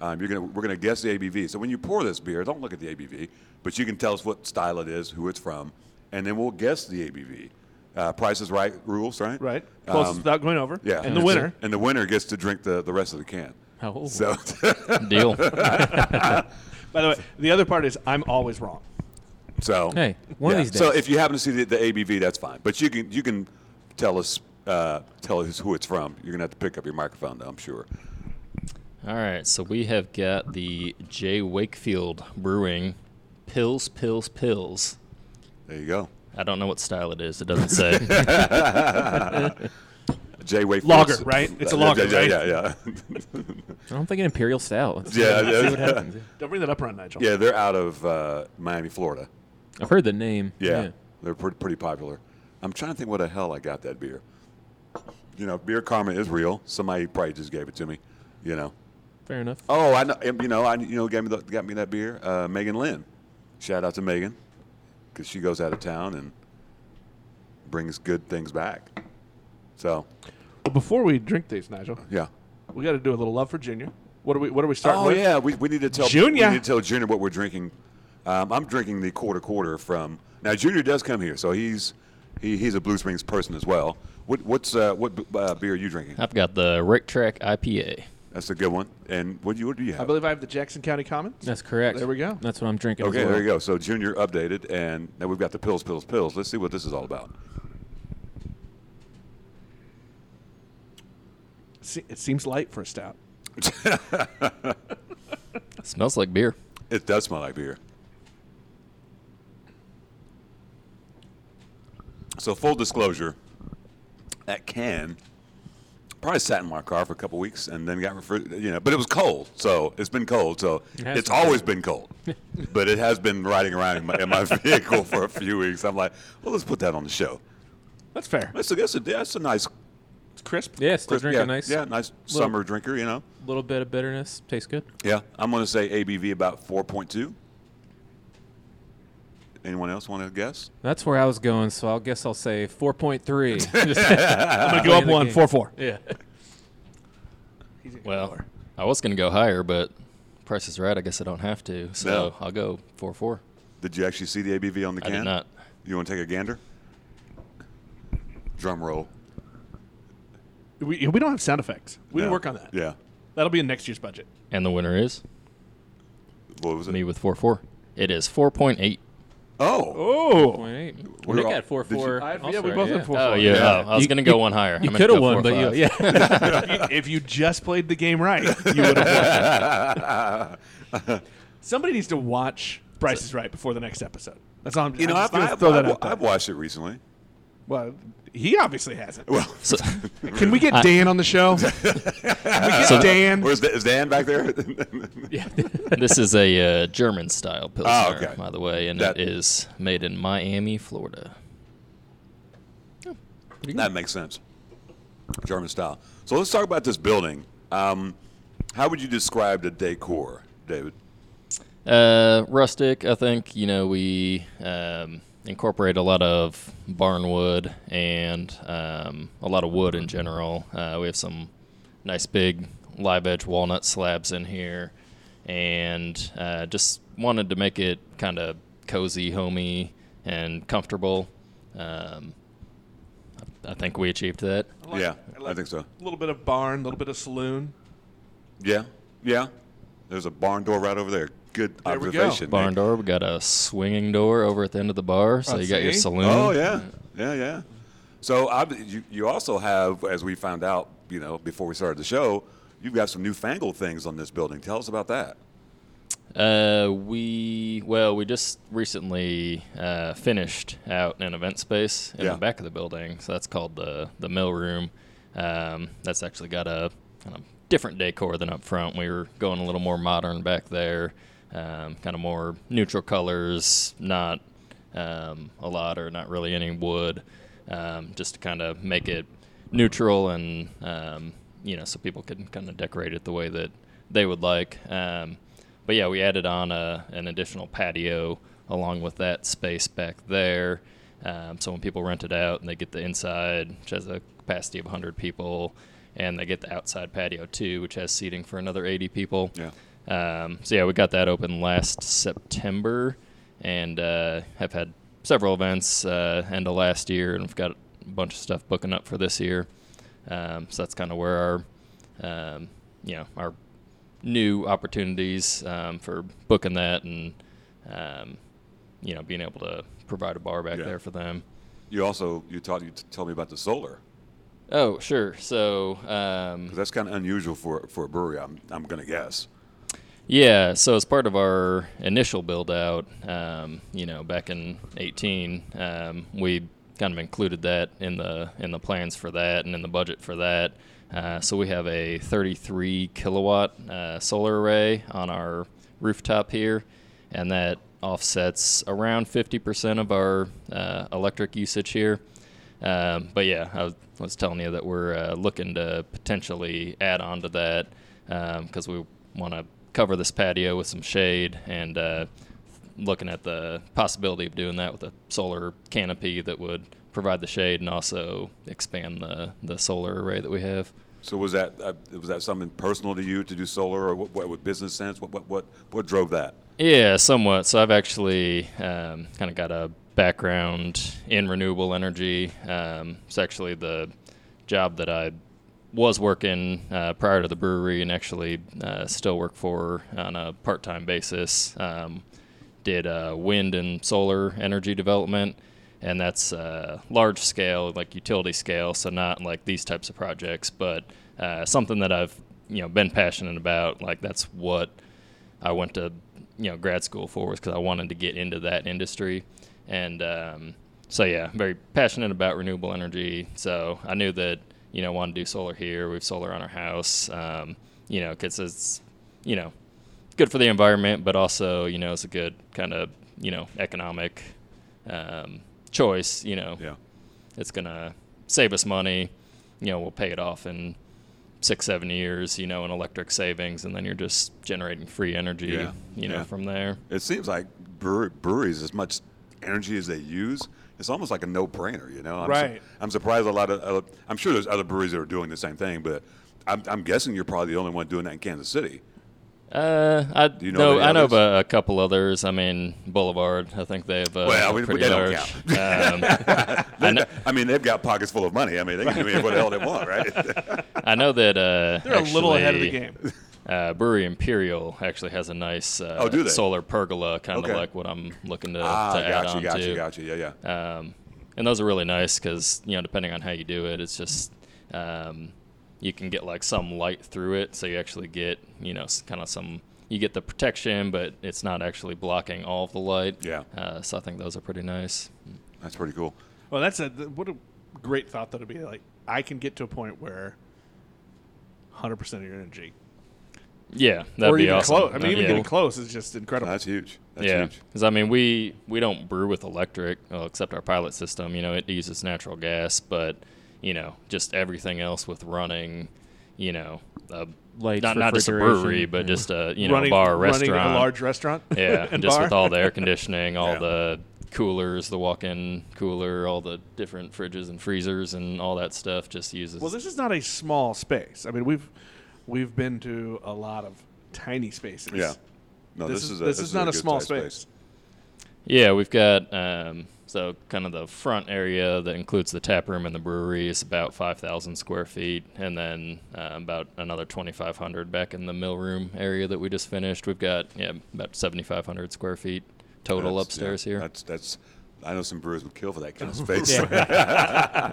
Speaker 1: um, you're gonna we're gonna guess the ABV. So when you pour this beer, don't look at the ABV, but you can tell us what style it is, who it's from, and then we'll guess the ABV. Uh, price is right rules, right?
Speaker 2: right closest
Speaker 1: Um,
Speaker 2: without going over.
Speaker 1: yeah.
Speaker 2: and the winner.
Speaker 1: And the winner gets to drink the, the rest of the can.
Speaker 3: How old?
Speaker 1: So
Speaker 5: Deal.
Speaker 2: By the way, the other part is I'm always wrong.
Speaker 1: So
Speaker 3: Hey, one of these
Speaker 1: So
Speaker 3: days.
Speaker 1: if you happen to see the, the ABV, that's fine. But you can you can tell us uh, tell us who it's from. You're gonna have to pick up your microphone, though. I'm sure.
Speaker 5: All right, so we have got the J Wakefield Brewing Pills Pills Pills.
Speaker 1: There you go.
Speaker 5: I don't know what style it is. It doesn't say.
Speaker 1: J Wave
Speaker 2: Lager, right? It's a lager,
Speaker 1: yeah,
Speaker 2: right?
Speaker 1: Yeah, yeah, yeah.
Speaker 3: I don't think an imperial stout. Let's
Speaker 1: Yeah,
Speaker 3: see, let's see
Speaker 1: yeah.
Speaker 3: what happens.
Speaker 2: Don't bring that up around Nigel.
Speaker 1: yeah, they're out of uh, Miami, Florida.
Speaker 3: I've heard the name.
Speaker 1: Yeah, they're pretty, pretty popular. I'm trying to think what the hell I got that beer. You know, beer karma is real. Somebody probably just gave it to me. You know.
Speaker 3: Fair enough.
Speaker 1: Oh, I know. and, You know, I you know gave me the, got me that beer. Uh, Megan Lynn. Shout out to Megan, because she goes out of town and brings good things back. So
Speaker 2: Well, before we drink these, Nigel,
Speaker 1: yeah.
Speaker 2: we got to do a little love for Junior. What are we? What are we starting
Speaker 1: oh
Speaker 2: with?
Speaker 1: yeah, we, we need to tell
Speaker 2: Junior.
Speaker 1: We need to tell Junior what we're drinking. Um, I'm drinking the quarter quarter from now. Junior does come here, so he's he, he's a Blue Springs person as well. What what's uh, what b- uh, beer are you drinking?
Speaker 5: I've got the Rake Track IPA.
Speaker 1: That's a good one. And what do you what do you
Speaker 2: I
Speaker 1: have?
Speaker 2: believe I have the Jackson County Commons.
Speaker 3: That's correct.
Speaker 2: There we go.
Speaker 3: That's what I'm drinking.
Speaker 1: Okay, there you go. So Junior updated, and now we've got the pills, pills, pills. Let's see what this is all about.
Speaker 2: Se- It seems light for a stout.
Speaker 5: smells like beer.
Speaker 1: It does smell like beer. So full disclosure, that can. Probably sat in my car for a couple weeks and then got refri- you know, but it was cold, so it's been cold, so
Speaker 3: has
Speaker 1: it's
Speaker 3: been
Speaker 1: always been cold, but it has been riding around in my, in my vehicle for a few weeks. I'm like, well, let's put that on the show.
Speaker 2: That's fair.
Speaker 1: That's a that's a, that's a nice,
Speaker 2: It's crisp.
Speaker 3: Yeah, still
Speaker 1: crisp,
Speaker 3: drink
Speaker 1: yeah,
Speaker 3: a nice
Speaker 1: yeah, nice
Speaker 3: little-
Speaker 1: summer drinker, you know.
Speaker 3: little bit of bitterness. Tastes good.
Speaker 1: Yeah, I'm going to say ABV about 4.2. Anyone else want to guess?
Speaker 3: That's where I was going, so I'll guess I'll say 4.3.
Speaker 2: I'm gonna go up
Speaker 3: the
Speaker 2: one,
Speaker 3: game.
Speaker 2: four four.
Speaker 3: yeah.
Speaker 5: Well, I was gonna go higher, but price is right. I guess I don't have to, so
Speaker 1: No.
Speaker 5: I'll go four four.
Speaker 1: Did you actually see the ABV on the
Speaker 5: I
Speaker 1: can?
Speaker 5: did not.
Speaker 1: You want to take a gander? Drum roll.
Speaker 2: We, we don't have sound effects. We
Speaker 1: No.
Speaker 2: didn't work on that.
Speaker 1: Yeah.
Speaker 2: That'll be in next year's budget.
Speaker 5: And the winner is
Speaker 1: What was it?
Speaker 5: me with four four. It is four point eight.
Speaker 1: Oh.
Speaker 2: Oh,
Speaker 3: 4.8.
Speaker 1: We're
Speaker 3: Nick
Speaker 1: all-
Speaker 3: had 4.4.
Speaker 1: did you-
Speaker 2: I- yeah,
Speaker 3: also,
Speaker 2: we both
Speaker 3: yeah.
Speaker 2: had four
Speaker 5: Oh
Speaker 2: four.
Speaker 5: yeah,
Speaker 1: Yeah.
Speaker 5: oh, I was
Speaker 3: You-
Speaker 5: gonna go
Speaker 3: you-
Speaker 5: one higher.
Speaker 3: You
Speaker 5: I meant
Speaker 3: could
Speaker 5: to
Speaker 3: have
Speaker 5: go
Speaker 3: won,
Speaker 5: four
Speaker 3: but
Speaker 5: or
Speaker 3: you,
Speaker 5: five.
Speaker 3: yeah.
Speaker 2: if you just played the game right, you would have won. Somebody needs to watch Bryce is Right before the next episode. That's all I'm.
Speaker 1: You know,
Speaker 2: I'm
Speaker 1: I've,
Speaker 2: just gonna
Speaker 1: I've-
Speaker 2: throw that
Speaker 1: I've-
Speaker 2: out there.
Speaker 1: I've watched it recently.
Speaker 2: Well, he obviously hasn't.
Speaker 1: Well,
Speaker 5: So,
Speaker 2: Can we get
Speaker 5: I-
Speaker 2: Dan on the show? Can we get Dan?
Speaker 1: where's Dan, is Dan back there?
Speaker 5: this is a uh, German style pilsner,
Speaker 1: Ah, okay.
Speaker 5: by the way, and
Speaker 1: That-
Speaker 5: it is made in Miami, Florida.
Speaker 1: that makes sense. German style. So let's talk about this building. Um, how would you describe the decor, David?
Speaker 5: Uh, rustic, I think. You know, we um, incorporate a lot of barn wood and um, a lot of wood in general. Uh, we have some nice big live edge walnut slabs in here, and uh, just wanted to make it kind of cozy, homey, and comfortable. Um, I- I think we achieved that.
Speaker 1: yeah, I think so.
Speaker 2: A little bit of barn, a little bit of saloon.
Speaker 1: Yeah, yeah. There's a barn door right over there. Good
Speaker 2: There we go.
Speaker 1: observation. Nick.
Speaker 5: Barn door. We got a swinging door over at the end of the bar, so
Speaker 2: Oh,
Speaker 5: you got your
Speaker 2: see?
Speaker 5: saloon.
Speaker 1: Oh yeah, yeah, yeah. So I, you, you also have, as we found out, you know, before we started the show, you've got some newfangled things on this building. Tell us about that.
Speaker 5: Uh, we well, we just recently uh, finished out an event space in
Speaker 1: Yeah.
Speaker 5: the back of the building, so that's called the the mill room. Um, that's actually got a kind of different decor than up front. We were going a little more modern back there, um, kind of more neutral colors, not um, a lot or not really any wood, um, just to kind of make it neutral and um, you know so people could kind of decorate it the way that they would like. Um, but yeah, we added on a, an additional patio along with that space back there. Um, so when people rent it out and they get the inside, which has a capacity of 100 people, and they get the outside patio too, which has seating for another 80 people.
Speaker 1: Yeah.
Speaker 5: Um, so yeah, we got that open last September, and uh, have had several events uh, end of last year, and we've got a bunch of stuff booking up for this year. Um, so that's kind of where our, um, you know, our new opportunities um, for booking that, and um, you know, being able to provide a bar back
Speaker 1: Yeah.
Speaker 5: there for them.
Speaker 1: You also you taught you t- told me about the solar
Speaker 5: Oh, sure. So um,
Speaker 1: 'cause that's kind of unusual for for a brewery. I'm I'm gonna guess.
Speaker 5: Yeah, so as part of our initial build out, um, you know, back in 18, um, we kind of included that in the in the plans for that and in the budget for that. Uh, so we have a 33 kilowatt uh, solar array on our rooftop here, and that offsets around 50% of our uh, electric usage here. Um, but yeah, I was- was telling you that we're uh, looking to potentially add on to that because we want to cover this patio with some shade and uh, looking at the possibility of doing that with a solar canopy that would provide the shade and also expand the, the solar array that we have.
Speaker 1: So was that uh, was that something personal to you to do solar, or what, what with business sense? What what what what drove that?
Speaker 5: Yeah, somewhat. So I've actually um, kind of got a background in renewable energy. Um, it's actually the job that I was working uh, prior to the brewery and actually uh, still work for on a part time basis. Um, did uh, wind and solar energy development, and that's uh, large scale, like utility scale, so not like these types of projects, but uh, something that I've you know been passionate about. Like that's what I went to you know grad school for was because I wanted to get into that industry, and um, so yeah, very passionate about renewable energy. So I knew that you know want to do solar here. We have solar on our house. Um, you know, because it's you know good for the environment, but also you know it's a good kind of you know economic um, choice. You know,
Speaker 1: Yeah.
Speaker 5: it's gonna save us money. You know, we'll pay it off in six, seven years. You know, in electric savings, and then you're just generating free energy.
Speaker 1: Yeah,
Speaker 5: You know,
Speaker 1: yeah.
Speaker 5: from there.
Speaker 1: It seems like brewer- breweries, as much energy as they use, it's almost like a no-brainer. You know, I'm su-
Speaker 2: Right.
Speaker 1: I'm surprised a lot of. Uh, I'm sure there's other breweries that are doing the same thing, but I'm, I'm guessing you're probably the only one doing that in Kansas City.
Speaker 5: Uh, I do
Speaker 1: you know
Speaker 5: know.
Speaker 1: any
Speaker 5: I know of
Speaker 1: others?
Speaker 5: a, a couple others. I mean, Boulevard. I think they have. Uh,
Speaker 1: Well, we-
Speaker 5: pretty
Speaker 1: they don't
Speaker 5: large. Um,
Speaker 1: I, mean, they've got pockets full of money. I mean, they can do what the hell they want, right?
Speaker 5: I know that. Uh,
Speaker 2: They're a little ahead of the
Speaker 5: actually,
Speaker 2: game.
Speaker 5: Uh, Brewery Imperial actually has a nice uh,
Speaker 1: Oh, do they?
Speaker 5: solar pergola, kind of
Speaker 1: Okay.
Speaker 5: like what I'm looking to,
Speaker 1: ah,
Speaker 5: to add
Speaker 1: gotcha,
Speaker 5: on
Speaker 1: gotcha,
Speaker 5: to.
Speaker 1: gotcha. Yeah, yeah.
Speaker 5: Um, and those are really nice because you know, depending on how you do it, it's just um, you can get like some light through it, so you actually get you know kind of some you get the protection, but it's not actually blocking all of the light.
Speaker 1: Yeah.
Speaker 5: Uh, so I think those are pretty nice.
Speaker 1: That's pretty cool.
Speaker 2: Well, that's a th- what a great thought that'll be. Like I can get to a point where 100 percent of your energy,
Speaker 5: Yeah, that'd
Speaker 2: or
Speaker 5: be
Speaker 2: even
Speaker 5: awesome.
Speaker 2: close. I mean,
Speaker 5: That'd
Speaker 2: even
Speaker 5: be
Speaker 2: getting
Speaker 5: cool.
Speaker 2: close is just incredible.
Speaker 1: That's huge. That's
Speaker 5: yeah,
Speaker 1: huge.
Speaker 5: because I mean, we we don't brew with electric, well, except our pilot system. You know, it uses natural gas, but you know, just everything else with running, you know, a,
Speaker 3: Lights,
Speaker 5: not not just a
Speaker 3: refrigeration,
Speaker 5: brewery, but
Speaker 3: yeah.
Speaker 5: just a you know
Speaker 2: running,
Speaker 5: bar,
Speaker 2: running
Speaker 5: restaurant,
Speaker 2: a large restaurant.
Speaker 5: yeah,
Speaker 2: and
Speaker 5: just
Speaker 2: bar.
Speaker 5: with all the air conditioning, all
Speaker 1: Yeah.
Speaker 5: the coolers, the walk-in cooler, all the different fridges and freezers, and all that stuff, just uses.
Speaker 2: Well, this is not a small space. I mean, we've we've been to a lot of tiny spaces.
Speaker 1: Yeah. No,
Speaker 2: This,
Speaker 1: this,
Speaker 2: is,
Speaker 1: is a,
Speaker 2: this, is, not a
Speaker 1: good
Speaker 2: small
Speaker 1: size
Speaker 2: space.
Speaker 5: Yeah, we've got um, so kind of the front area that includes the tap room and the brewery is about five thousand square feet, and then uh, about another twenty five hundred back in the mill room area that we just finished. We've got yeah about seventy five hundred square feet total
Speaker 1: That's-
Speaker 5: upstairs
Speaker 1: yeah,
Speaker 5: here.
Speaker 1: That's that's. I know some brewers would kill for that kind of space.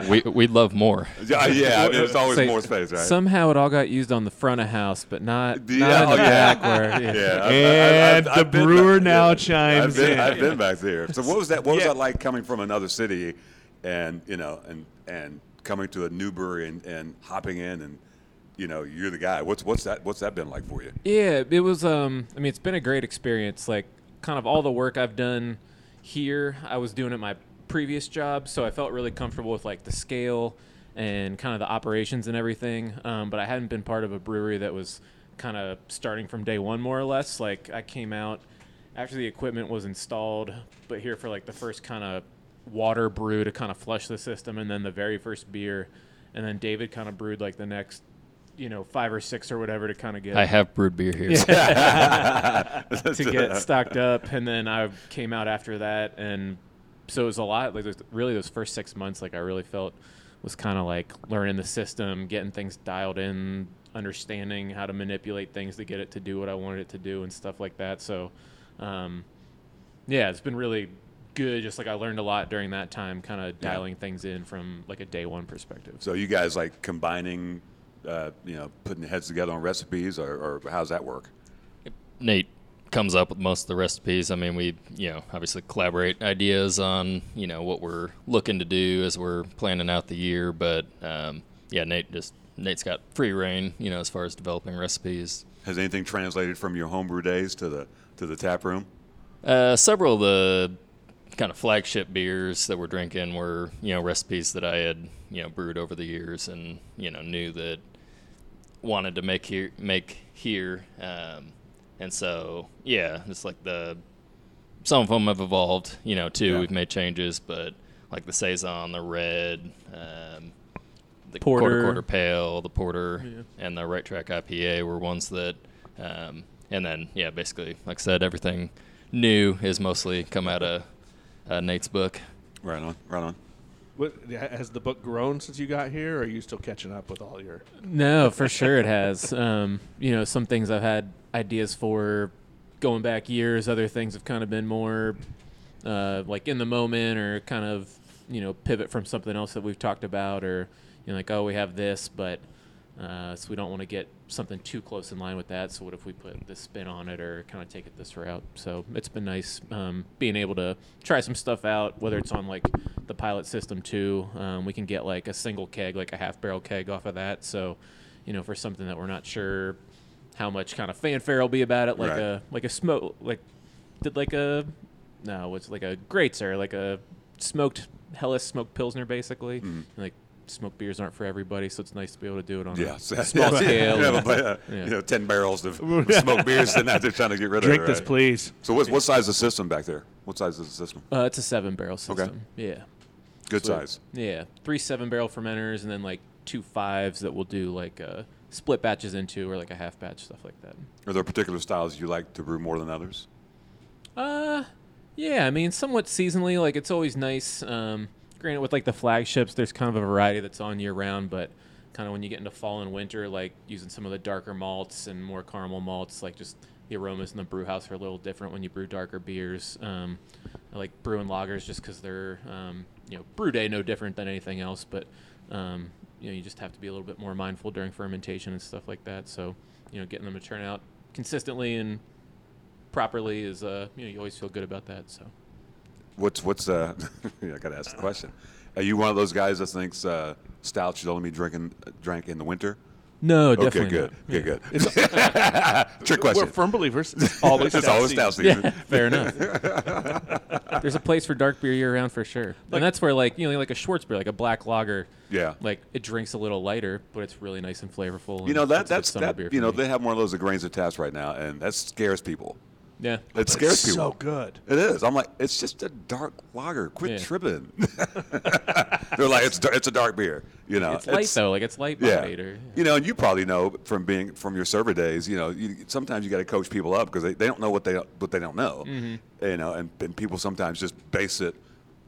Speaker 5: We we'd love more.
Speaker 1: yeah, yeah. I mean, there's always
Speaker 3: Say,
Speaker 1: more space, right?
Speaker 3: Somehow it all got used on the front of house, but not,
Speaker 1: Yeah,
Speaker 3: not in
Speaker 1: oh,
Speaker 3: the
Speaker 1: yeah.
Speaker 3: back where. Yeah.
Speaker 1: Yeah,
Speaker 2: And the
Speaker 1: been
Speaker 2: brewer
Speaker 1: back-
Speaker 2: now
Speaker 1: yeah.
Speaker 2: chimes
Speaker 1: I've been,
Speaker 2: in.
Speaker 1: I've been back there. So what was that? What was
Speaker 2: Yeah.
Speaker 1: that like coming from another city, and you know, and and coming to a new brewery and, and hopping in and you know, you're the guy. What's what's that? What's that been like for you?
Speaker 3: Yeah, it was. Um, I mean, it's been a great experience. Like, kind of all the work I've done here, I was doing at my previous job, so I felt really comfortable with like the scale and kind of the operations and everything. Um, but I hadn't been part of a brewery that was kind of starting from day one, more or less. Like, I came out after the equipment was installed, but here for like the first kind of water brew to kind of flush the system, and then the very first beer, and then David kind of brewed like the next. You know, five or six or whatever to kind of get
Speaker 5: I have brewed beer here.
Speaker 3: to get stocked up, and then I came out after that, and so it was a lot. Like those- really, those first six months, like I really felt was kind of like learning the system, getting things dialed in, understanding how to manipulate things to get it to do what I wanted it to do, and stuff like that. So, um, yeah, it's been really good. Just like I learned a lot during that time, kind of
Speaker 1: Yeah.
Speaker 3: dialing things in from like a day one perspective.
Speaker 1: So you guys like combining, uh, you know, putting heads together on recipes, or, or how's that work?
Speaker 5: Nate comes up with most of the recipes. I mean, we, you know, obviously collaborate ideas on, you know, what we're looking to do as we're planning out the year. But um, yeah, Nate just, Nate's got free reign, you know, as far as developing recipes.
Speaker 1: Has anything translated from your homebrew days to the to the tap room?
Speaker 5: Uh, several of the kind of flagship beers that we're drinking were, you know, recipes that I had, you know, brewed over the years and, you know, knew that wanted to make here, make here. Um, and so, yeah, it's like the, some of them have evolved, you know, too.
Speaker 1: Yeah.
Speaker 5: We've made changes, but like the Saison, the red, um, the
Speaker 3: Porter.
Speaker 5: quarter quarter pale, the porter, and the right track IPA were ones that, um, and then yeah, basically like I said, everything new is mostly come out of uh, Nate's book.
Speaker 1: Right on, right on.
Speaker 2: What, has the book grown since you got here, or are you still catching up with all your?
Speaker 3: No, for sure it has. Um, you know, some things I've had ideas for going back years. Other things have kind of been more uh, like in the moment, or kind of you know pivot from something else that we've talked about, or you know, like oh we have this, but uh, so we don't want to get something too close in line with that. So what if we put this spin on it or kind of take it this route? So it's been nice um, being able to try some stuff out, whether it's on like the pilot system too. Um, we can get like a single keg, like a half barrel keg off of that. So, you know, for something that we're not sure how much kind of fanfare will be about it, like
Speaker 1: Right.
Speaker 3: a like a smoke, like did like a no, it's like a greatzer, like a smoked Hellas smoked pilsner, basically. And, like smoked beers aren't for everybody, so it's nice to be able to do it on
Speaker 1: Mm-hmm. Yeah,
Speaker 3: a
Speaker 1: so-
Speaker 3: small
Speaker 1: yeah,
Speaker 3: scale.
Speaker 1: You
Speaker 3: and-
Speaker 1: have, a-
Speaker 3: Yeah.
Speaker 1: you know, ten barrels of smoked beers, and now they're trying to get rid
Speaker 2: Drink
Speaker 1: of it.
Speaker 2: this,
Speaker 1: right?
Speaker 2: please.
Speaker 1: So what, what size is the system back there? What size is the system?
Speaker 3: Uh, it's a seven barrel system. Yeah.
Speaker 1: Good
Speaker 3: So-
Speaker 1: size.
Speaker 3: Yeah. Three seven barrel fermenters and then like two fives that we'll do like uh, split batches into or like a half batch, stuff like that.
Speaker 1: Are there particular styles you like to brew more than others?
Speaker 3: Uh, yeah. I mean, somewhat seasonally. Like it's always nice. Um, granted, with like the flagships, there's kind of a variety that's on year round, but kind of when you get into fall and winter, like using some of the darker malts and more caramel malts, like just the aromas in the brew house are a little different when you brew darker beers. Um, I like brewing lagers just because they're um, you know brew day no different than anything else, but um, you know you just have to be a little bit more mindful during fermentation and stuff like that. So you know getting them to turn out consistently and properly is uh you know you always feel good about that so
Speaker 1: What's what's uh? yeah, I gotta ask the question. Are you one of those guys that thinks uh, stout should only be drinking drank in the winter?
Speaker 3: no
Speaker 1: Okay, good. Okay, good. Trick
Speaker 2: We're
Speaker 1: question.
Speaker 2: firm believers. It's always
Speaker 1: it's
Speaker 2: stout
Speaker 1: always
Speaker 2: season.
Speaker 1: stout season.
Speaker 3: yeah fair enough there's a place for dark beer year round for sure and that's where like you know like a schwartz beer like a black lager
Speaker 1: Yeah.
Speaker 3: like it drinks a little lighter but it's really nice and flavorful
Speaker 1: You
Speaker 3: and
Speaker 1: know that
Speaker 3: it's a good
Speaker 1: that's
Speaker 3: summer
Speaker 1: that.
Speaker 3: beer
Speaker 1: You
Speaker 3: for
Speaker 1: know
Speaker 3: me.
Speaker 1: they have one of those at grains of taps right now, and that scares people.
Speaker 3: yeah
Speaker 1: It scares
Speaker 2: It's
Speaker 1: people.
Speaker 2: so good.
Speaker 1: It is. I'm like, it's just a dark lager. Quit
Speaker 3: Yeah.
Speaker 1: tripping. They're like, it's dar- it's a dark beer. You know,
Speaker 3: it's light though like it's light
Speaker 1: Yeah.
Speaker 3: bodied or-
Speaker 1: You know, and you probably know from being from your server days. You know, you, sometimes you got to coach people up because they, they don't know what they what they don't know.
Speaker 3: Mm-hmm.
Speaker 1: You know, and, and people sometimes just base it,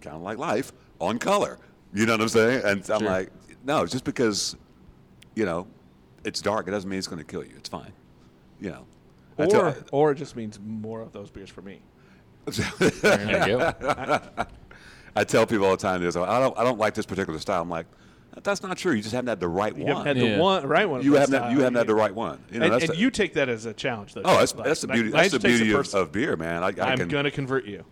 Speaker 1: kind of like life, on color. You know what I'm saying? And I'm
Speaker 3: Sure.
Speaker 1: like, no, just because, you know, it's dark, it doesn't mean it's going to kill you. It's fine. You know. I tell-
Speaker 2: Or, or it just means more of those beers for me.
Speaker 5: There you go.
Speaker 1: I tell people all the time, "There's I don't I don't like this particular style." I'm like, that's not true. You just haven't had the right
Speaker 2: You
Speaker 1: one.
Speaker 2: haven't had
Speaker 3: Yeah.
Speaker 2: the one right one. of
Speaker 1: you
Speaker 2: that
Speaker 1: haven't
Speaker 2: style.
Speaker 1: had, you haven't had the right one. You know,
Speaker 2: and
Speaker 1: that's
Speaker 2: and
Speaker 1: the-
Speaker 2: you take that as a challenge, though.
Speaker 1: Oh, that's,
Speaker 2: Like-
Speaker 1: that's the
Speaker 2: like,
Speaker 1: beauty.
Speaker 2: Nigel
Speaker 1: That's the
Speaker 2: takes it
Speaker 1: beauty of,
Speaker 2: personal.
Speaker 1: of beer, man. I, I
Speaker 2: I'm
Speaker 1: can
Speaker 2: gonna convert you.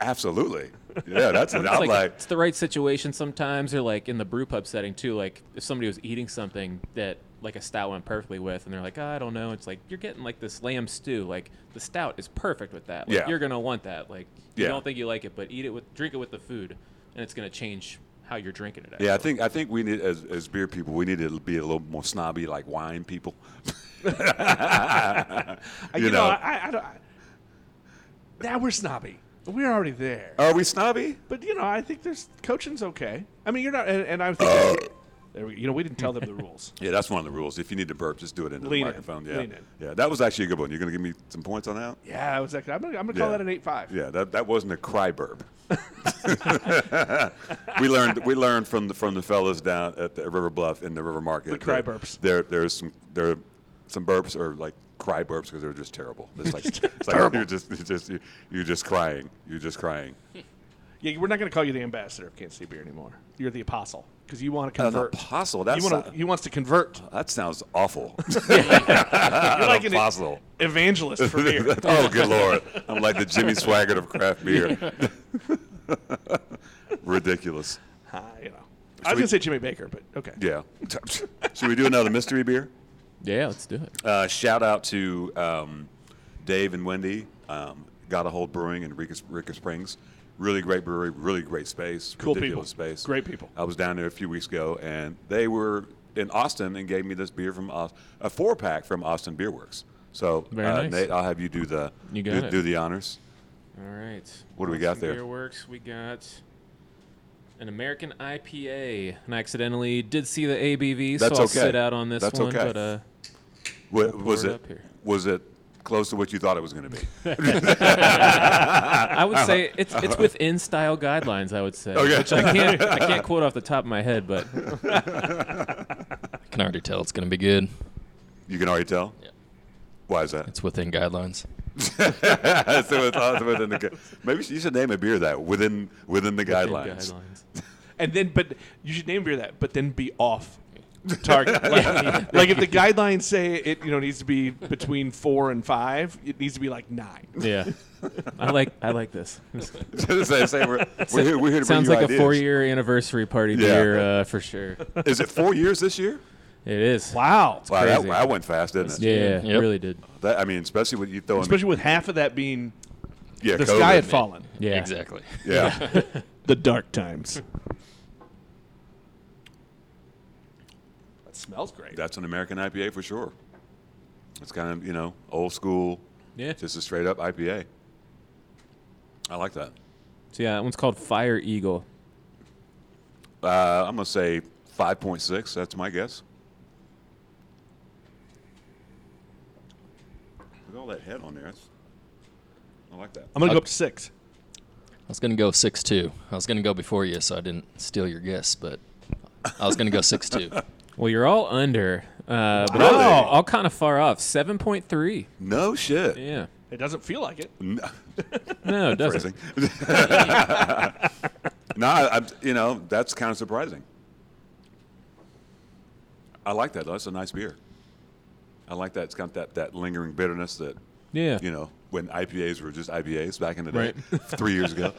Speaker 1: absolutely. Yeah, that's it.
Speaker 3: It's
Speaker 1: I'm
Speaker 3: like,
Speaker 1: like,
Speaker 3: it's the right situation sometimes, or like in the brew pub setting too. Like if somebody was eating something that like a stout went perfectly with, and they're like, "Oh, I don't know. It's like you're getting like this lamb stew. Like the stout is perfect with that. Like,
Speaker 1: Yeah.
Speaker 3: you're gonna want that. Like you
Speaker 1: Yeah.
Speaker 3: don't think you like it, but eat it with drink it with the food, and it's gonna change how you're drinking it.
Speaker 1: yeah. I
Speaker 3: actually.
Speaker 1: think I think we need as, as beer people, we need to be a little more snobby, like wine people.
Speaker 2: I- You, know, I, I don't. I, now we're snobby. We're already there.
Speaker 1: are we snobby?
Speaker 2: But you know, I think there's coaching's okay. I mean, you're not, and, and I'm thinking,
Speaker 1: Uh.
Speaker 2: there we, you know, we didn't tell them the rules.
Speaker 1: Yeah, that's one of the rules. If you need to burp, just do it into
Speaker 2: Lean
Speaker 1: the
Speaker 2: in.
Speaker 1: microphone. Yeah,
Speaker 2: Lean in.
Speaker 1: yeah. That was actually a good one. You're gonna give me some points on that.
Speaker 2: Yeah, I was like, I'm gonna, I'm gonna call
Speaker 1: Yeah.
Speaker 2: that an eight five.
Speaker 1: Yeah, that, that wasn't a cry burp. we learned we learned from the from the fellas down at the River Bluff in the River Market.
Speaker 2: The cry
Speaker 1: that
Speaker 2: burps.
Speaker 1: There there's some there some burps are like cry burps because they're just terrible. It's like, it's like you're just you're just you're, you're just crying. You're just crying.
Speaker 2: Yeah, we're not gonna call you the ambassador of Kansas City beer anymore. You're the apostle because you want to
Speaker 1: An
Speaker 2: convert.
Speaker 1: apostle. That's
Speaker 2: you want
Speaker 1: not-
Speaker 2: to, you wants to convert.
Speaker 1: that sounds awful.
Speaker 2: You're like an
Speaker 1: apostle.
Speaker 2: evangelist for beer.
Speaker 1: oh, good lord! I'm like the Jimmy Swaggart of craft beer. Ridiculous.
Speaker 2: uh, you know, I was
Speaker 1: we-
Speaker 2: gonna say Jimmy Baker, but okay.
Speaker 1: Yeah. Should we do another mystery beer?
Speaker 3: yeah, let's do it.
Speaker 1: Uh, shout out to um, Dave and Wendy, um, Got a Hold Brewing in Rica, Rica Springs. Really great brewery, really great space,
Speaker 2: Cool
Speaker 1: ridiculous
Speaker 2: people.
Speaker 1: space.
Speaker 2: Great people.
Speaker 1: I was down there a few weeks ago, and they were in Austin and gave me this beer from Aus- a four pack from Austin Beer Works. So
Speaker 3: Very
Speaker 1: uh,
Speaker 3: nice.
Speaker 1: Nate, I'll have you do the
Speaker 3: You got
Speaker 1: do,
Speaker 3: it.
Speaker 1: do the honors.
Speaker 3: All right.
Speaker 1: What do we got
Speaker 3: Some
Speaker 1: there?
Speaker 3: Beer Works. We got an American IPA, and I accidentally did see the ABV,
Speaker 1: That's
Speaker 3: so I'll
Speaker 1: okay.
Speaker 3: sit out on this
Speaker 1: That's
Speaker 3: one.
Speaker 1: okay.
Speaker 3: But uh,
Speaker 1: Wa-
Speaker 3: pour
Speaker 1: was
Speaker 3: it
Speaker 1: it
Speaker 3: up here.
Speaker 1: was it close to what you thought it was going to be?
Speaker 3: I would say it's it's within style guidelines. I would say,
Speaker 1: Uh-huh. Okay.
Speaker 3: which I can't I can't quote off the top of my head, but
Speaker 5: I can already tell it's going to be good.
Speaker 1: You can already tell.
Speaker 5: Yeah.
Speaker 1: Why is that?
Speaker 5: It's within guidelines.
Speaker 1: so it's also within the gu- maybe you should name a beer that within within the guidelines.
Speaker 3: guidelines.
Speaker 2: And then, but you should name beer that, but then be off target. Like, like if the guidelines say it, you know, needs to be between four and five, it needs to be like nine.
Speaker 3: Yeah, I like I like this.
Speaker 1: Say- say we're, we're here, we're here to
Speaker 3: Sounds
Speaker 1: bring you
Speaker 3: like
Speaker 1: ideas.
Speaker 3: a four-year anniversary party
Speaker 1: Yeah.
Speaker 3: beer uh, for sure. It
Speaker 1: Is it four years this year?
Speaker 3: is.
Speaker 2: Wow.
Speaker 1: Wow, that,
Speaker 3: crazy.
Speaker 1: that went fast, didn't it?
Speaker 3: Yeah, it
Speaker 5: Yep.
Speaker 3: really did.
Speaker 1: That, I mean, especially when you throw in
Speaker 2: Especially with half of that being
Speaker 1: yeah,
Speaker 2: the
Speaker 1: COVID.
Speaker 2: sky had fallen.
Speaker 3: Yeah,
Speaker 5: Exactly.
Speaker 1: Yeah.
Speaker 2: The dark times. that smells great.
Speaker 1: that's an American IPA for sure. It's kind of you know old school,
Speaker 3: Yeah.
Speaker 1: just a straight up IPA. I like that.
Speaker 3: So yeah, that one's called Fire Eagle.
Speaker 1: Uh, I'm gonna say 5.6. That's my guess. With all that head on there, it's- I like that.
Speaker 2: I'm gonna go up to six.
Speaker 5: I was gonna go six two. I was gonna go before you, so I didn't steal your guess, but I was gonna go six two.
Speaker 3: Well, you're all under, uh, but
Speaker 1: Really?
Speaker 3: all, all kind of far off. Seven point three.
Speaker 1: No shit.
Speaker 3: Yeah.
Speaker 2: It doesn't feel like it.
Speaker 1: No,
Speaker 3: No, it doesn't.
Speaker 1: phrasing. no, I, I'm- you know that's kind of surprising. I like that. though. That's a nice beer. I like that. It's got that, that lingering bitterness that
Speaker 3: Yeah.
Speaker 1: you know when IPAs were just IPAs back in the day,
Speaker 3: Right.
Speaker 1: three years ago.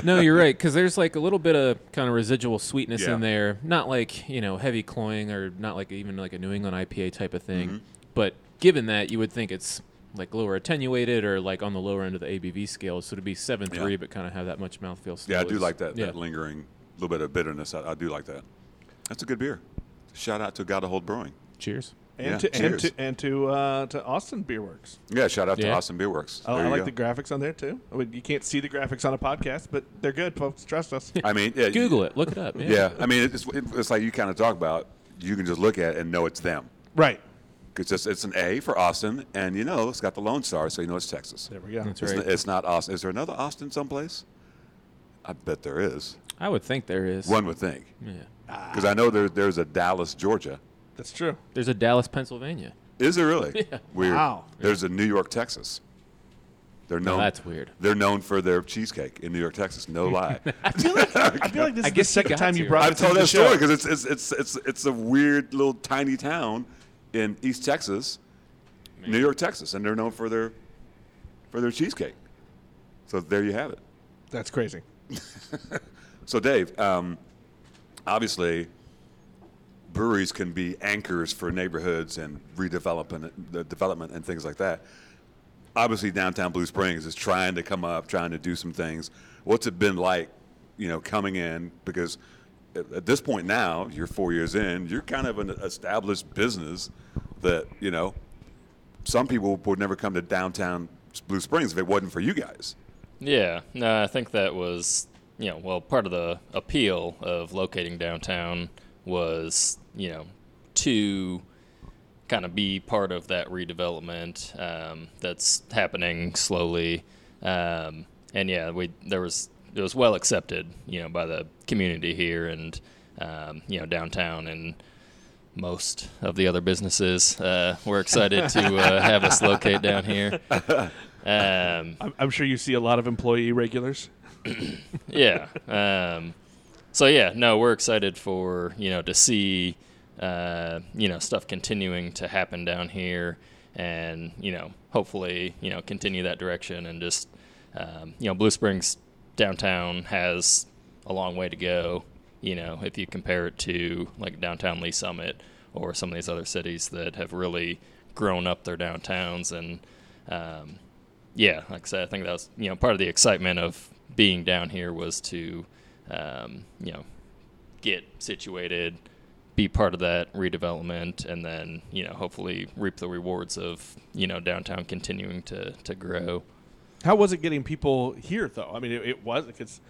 Speaker 3: No, you're right. Because there's like a little bit of kind of residual sweetness
Speaker 1: Yeah.
Speaker 3: in there. Not like you know heavy cloying or not like even like a New England IPA type of
Speaker 1: Mm-hmm.
Speaker 3: thing. But given that, you would think it's like lower attenuated or like on the lower end of the ABV scale. So to be seven three,
Speaker 1: Yeah.
Speaker 3: but kind of have that much mouthfeel. Still
Speaker 1: yeah, I do
Speaker 3: is-
Speaker 1: like that.
Speaker 3: Yeah.
Speaker 1: That lingering little bit of bitterness. I, I do like that. That's a good beer. Shout out to Gotta Hold Brewing.
Speaker 3: Cheers.
Speaker 2: And
Speaker 1: Yeah,
Speaker 2: to and
Speaker 1: cheers.
Speaker 2: to and to uh, to Austin Beer Works.
Speaker 1: Yeah, shout out to
Speaker 3: Yeah.
Speaker 1: Austin Beer Works.
Speaker 2: I,
Speaker 1: There
Speaker 2: Oh, I
Speaker 1: you
Speaker 2: like
Speaker 1: go.
Speaker 2: the graphics on there too. I mean, you can't see the graphics on a podcast, but they're good, folks. Trust us.
Speaker 1: I mean, yeah,
Speaker 3: Google it. Look it up. Yeah.
Speaker 1: Yeah, I mean, it's, it's like you kind of talk about. You can just look at it and know it's them.
Speaker 2: right.
Speaker 1: It's just it's an A for Austin, and you know it's got the Lone Star, so you know it's Texas.
Speaker 2: There we go.
Speaker 3: That's
Speaker 1: It's,
Speaker 3: right.
Speaker 1: it's not Austin. Is there another Austin someplace? I bet there is.
Speaker 3: I would think there is.
Speaker 1: One would think,
Speaker 3: Yeah.
Speaker 1: because I know there, there's a Dallas, Georgia.
Speaker 2: That's true.
Speaker 3: There's a Dallas, Pennsylvania.
Speaker 1: Is there really? Yeah. Weird.
Speaker 2: Wow.
Speaker 1: There's a New York, Texas. They're known.
Speaker 3: that's weird.
Speaker 1: They're known for their cheesecake in New York, Texas. No lie.
Speaker 2: I feel like I feel like this
Speaker 3: I
Speaker 2: is the
Speaker 3: guess you
Speaker 2: second
Speaker 3: got
Speaker 2: time you
Speaker 3: to.
Speaker 2: brought
Speaker 1: I've
Speaker 2: it to
Speaker 1: told
Speaker 2: the
Speaker 1: that
Speaker 2: show.
Speaker 1: story because it's, it's it's it's it's a weird little tiny town in East Texas, New York, Texas, and they're known for their for their cheesecake. So there you have it.
Speaker 2: That's crazy.
Speaker 1: So Dave, um, obviously, breweries can be anchors for neighborhoods and redevelopment, the development and things like that. Obviously, downtown Blue Springs is trying to come up, trying to do some things. What's it been like, you know, coming in? Because at, at this point now, you're four years in, you're kind of an established business that you know some people would never come to downtown Blue Springs if it wasn't for you guys.
Speaker 5: Yeah, no, I think that was, you know, well, part of the appeal of locating downtown was, you know, to kind of be part of that redevelopment um, that's happening slowly. Um, and yeah, we there was it was well accepted, you know, by the community here and um, you know downtown and most of the other businesses. Uh, we're excited to uh, have us locate down here. Um,
Speaker 2: I'm, I'm sure you see a lot of employee regulars.
Speaker 5: yeah. Um, so yeah, no, we're excited for you know to see uh, you know stuff continuing to happen down here, and you know hopefully you know continue that direction and just um, you know Blue Springs downtown has a long way to go. You know if you compare it to like downtown Lee Summit or some of these other cities that have really grown up their downtowns and um, yeah, like I said, I think that was you know part of the excitement of being down here was to um, you know get situated, be part of that redevelopment, and then you know hopefully reap the rewards of you know downtown continuing to to grow.
Speaker 2: How was it getting people here though? I mean, it, it was because,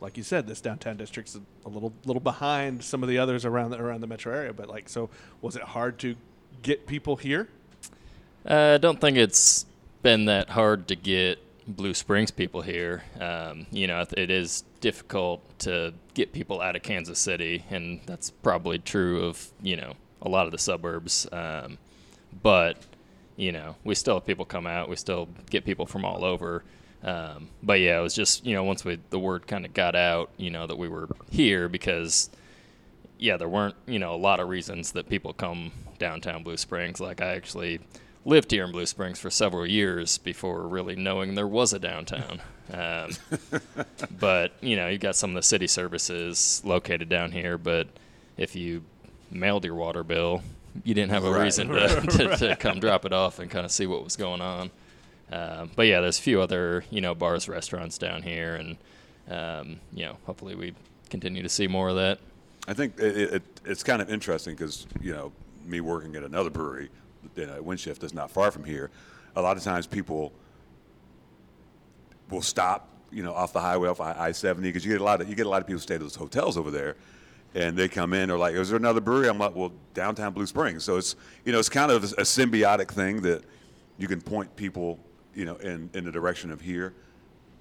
Speaker 2: like you said, this downtown district's a, a little little behind some of the others around the, around the metro area. But like, so was it hard to get people here?
Speaker 5: Uh, I don't think it's been that hard to get Blue Springs people here. Um, you know, it- it is difficult to get people out of Kansas City, and that's probably true of you know a lot of the suburbs. Um, but you know, we still have people come out. We still get people from all over. Um, but yeah, it was just you know once we the word kind of got out, you know that we were here because yeah, there weren't you know a lot of reasons that people come downtown Blue Springs. Like I actually lived here in Blue Springs for several years before really knowing there was a downtown. Um, but you know you got some of the city services located down here, but if you mailed your water bill, you didn't have a
Speaker 1: Right.
Speaker 5: reason to, to, to come drop it off and kind of see what was going on. Um, but yeah, there's a few other you know bars, restaurants down here, and um, you know hopefully we continue to see more of that.
Speaker 1: I think it, it, it's kind of interesting because you know me working at another brewery, you know, Windshift is not far from here. A lot of times people will stop, you know, off the highway off I seventy because you get a lot of you get a lot of people stay at those hotels over there, and they come in or like, is there another brewery? I'm like, well, downtown Blue Springs. So it's you know it's kind of a symbiotic thing that you can point people you know in in the direction of here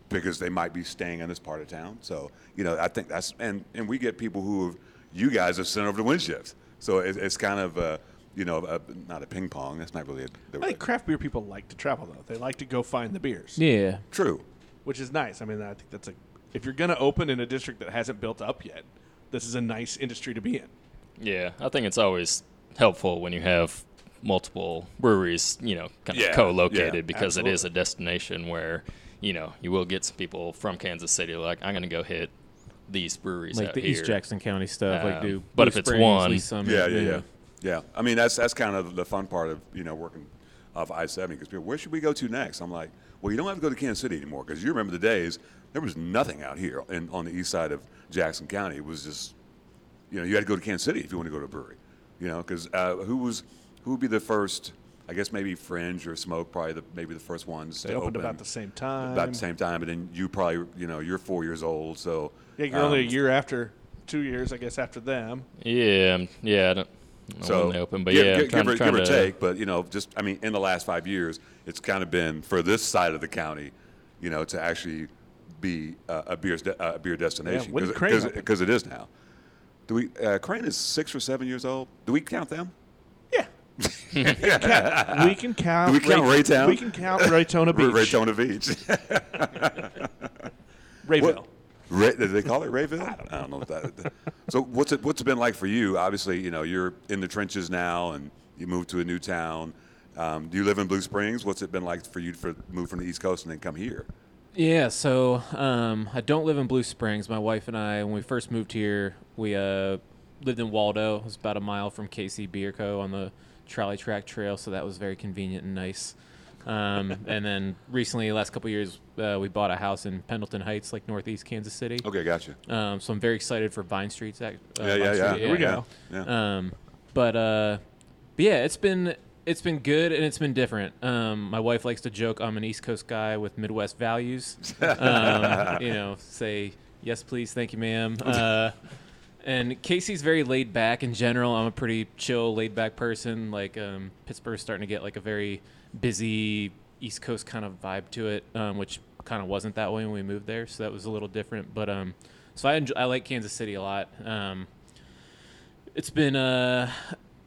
Speaker 1: because they might be staying in this part of town. So you know, I think that's and and we get people who have, you guys have sent over to Windshift. So it, it's kind of uh, you know a, not a ping pong. That's not really a, the,
Speaker 2: I think craft beer people like to travel though. They like to go find the beers,
Speaker 3: Yeah.
Speaker 1: true.
Speaker 2: which is nice. I mean, I think that's a if you're going to open in a district that hasn't built up yet, this is a nice industry to be in.
Speaker 5: Yeah, I think it's always helpful when you have multiple breweries, you know, kind of
Speaker 1: Yeah,
Speaker 5: co-located
Speaker 1: yeah,
Speaker 5: because it is a destination where, you know, you will get some people from Kansas City like I'm going to go hit these breweries
Speaker 3: Like
Speaker 5: out
Speaker 3: the
Speaker 5: here.
Speaker 3: East Jackson County stuff. like,
Speaker 5: Um,
Speaker 3: do
Speaker 5: but
Speaker 3: Blue
Speaker 5: if it's
Speaker 3: Springs,
Speaker 5: one-
Speaker 3: Lee Summit,
Speaker 1: Yeah, yeah, yeah, yeah. I mean, that's that's kind of the fun part of you know working off I seventy because people, where should we go to next? I'm like, well, you don't have to go to Kansas City anymore because you remember the days there was nothing out here in, on the east side of Jackson County. It was just you know, you had to go to Kansas City if you want to go to a brewery. You know, because uh, who was who would be the first? I guess maybe Fringe or Smoke, probably the, maybe the first ones.
Speaker 2: They
Speaker 1: to
Speaker 2: opened
Speaker 1: open
Speaker 2: about the same time.
Speaker 1: About the same time, and then you probably, you know, you're four years old, so
Speaker 2: Yeah, you're only a year after, two years, I guess, after them.
Speaker 5: Yeah, um, yeah, I don't I don't know when they open, but
Speaker 1: give,
Speaker 5: yeah, I'm
Speaker 1: give,
Speaker 5: trying,
Speaker 1: give, or,
Speaker 5: trying
Speaker 1: give or
Speaker 5: to
Speaker 1: take. But you know, just I mean, in the last five years, it's kind of been for this side of the county, you know, to actually be uh, a beer de- uh, a beer destination
Speaker 2: when did Crane open?
Speaker 1: because it is now. Do we? Uh, Crane is six or seven years old. Do we count them?
Speaker 2: Yeah. we can count.
Speaker 1: Do we count
Speaker 2: Ray-
Speaker 1: Raytown?
Speaker 2: We can count Raytona
Speaker 1: Ra-
Speaker 2: Beach.
Speaker 1: Raytona Beach.
Speaker 2: Rayville.
Speaker 1: Ray, did they call it Rayville? I don't know. what that. so what's it what's it been like for you? Obviously, you know you're in the trenches now, and you moved to a new town. Um, do you live in Blue Springs? What's it been like for you to move from the East Coast and then come here?
Speaker 3: Yeah, so um, I don't live in Blue Springs. My wife and I, when we first moved here, we uh, lived in Waldo. It was about a mile from KC Beer Co. on the trolley track trail, so that was very convenient and nice. Um, and then recently, last couple years, uh, we bought a house in Pendleton Heights, like northeast Kansas City.
Speaker 1: Okay, gotcha.
Speaker 3: Um, so I'm very excited for Vine Street's. ac- Uh,
Speaker 1: Yeah, yeah,
Speaker 3: Vine
Speaker 1: yeah.
Speaker 3: Street,
Speaker 1: Here we
Speaker 2: go.
Speaker 1: Yeah.
Speaker 3: Um, but uh, but yeah, it's been it's been good and it's been different. Um, my wife likes to joke I'm an East Coast guy with Midwest values. Um, you know, say yes, please, thank you, ma'am. Uh, and Casey's very laid back in general. I'm a pretty chill, laid back person. Like um, Pittsburgh's starting to get like a very busy East Coast kind of vibe to it, um, which kind of wasn't that way when we moved there. So that was a little different. But um, so I enjoy, I like Kansas City a lot. Um, it's been uh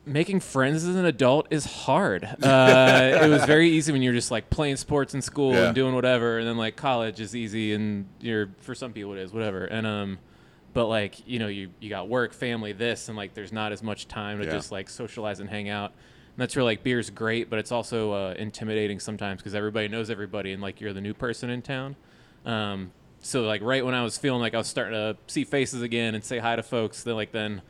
Speaker 3: making friends as an adult is hard uh, it was very easy when you're just like playing sports in school
Speaker 1: Yeah.
Speaker 3: and doing whatever and then like college is easy and you're for some people it is whatever and um but like you know you you got work family this and like there's not as much time to
Speaker 1: Yeah.
Speaker 3: just like socialize and hang out and that's where like beer's great but it's also uh, intimidating sometimes because everybody knows everybody and like you're the new person in town um so like right when i was feeling like i was starting to see faces again and say hi to folks then like then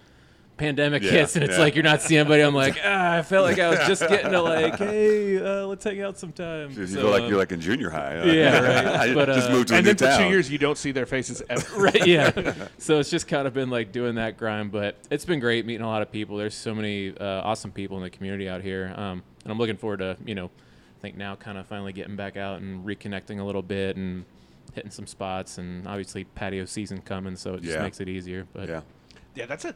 Speaker 3: pandemic
Speaker 1: Yeah,
Speaker 3: hits and it's
Speaker 1: yeah.
Speaker 3: like you're not seeing anybody. I'm like, ah, I felt like I was just getting to like, hey, uh, let's hang out sometime.
Speaker 1: You
Speaker 3: So,
Speaker 1: feel like
Speaker 3: um,
Speaker 1: you're like in junior high. Uh,
Speaker 3: Yeah, right.
Speaker 1: I
Speaker 3: But,
Speaker 1: just
Speaker 3: uh,
Speaker 1: moved to a
Speaker 2: and
Speaker 1: new
Speaker 2: then for
Speaker 1: town.
Speaker 2: two years, you don't see their faces ever.
Speaker 3: right, yeah. so it's just kind of been like doing that grind, but it's been great meeting a lot of people. There's so many uh, awesome people in the community out here, um, and I'm looking forward to you know, I think now kind of finally getting back out and reconnecting a little bit and hitting some spots, and obviously patio season coming, so it just
Speaker 1: Yeah.
Speaker 3: makes it easier. But
Speaker 1: Yeah,
Speaker 2: yeah, that's a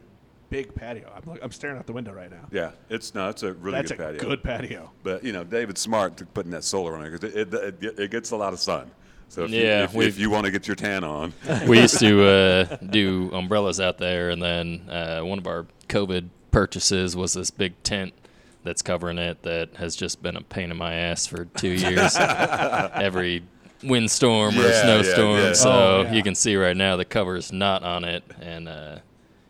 Speaker 2: big patio. I'm, look, I'm staring out the window right now.
Speaker 1: yeah. It's no, it's a really
Speaker 2: that's
Speaker 1: good
Speaker 2: a
Speaker 1: patio.
Speaker 2: good patio.
Speaker 1: But you know, David's smart to putting that solar on it because it, it, it, it gets a lot of sun. So if
Speaker 5: Yeah,
Speaker 1: you, if, if
Speaker 5: we've-
Speaker 1: you want to get your tan on,
Speaker 5: we used to uh, do umbrellas out there, and then uh, one of our COVID purchases was this big tent that's covering it that has just been a pain in my ass for two years. Every windstorm
Speaker 1: Yeah,
Speaker 5: or
Speaker 1: yeah,
Speaker 5: snowstorm,
Speaker 1: yeah.
Speaker 5: so
Speaker 2: Oh, yeah.
Speaker 5: you can see right now the cover is not on it, and uh,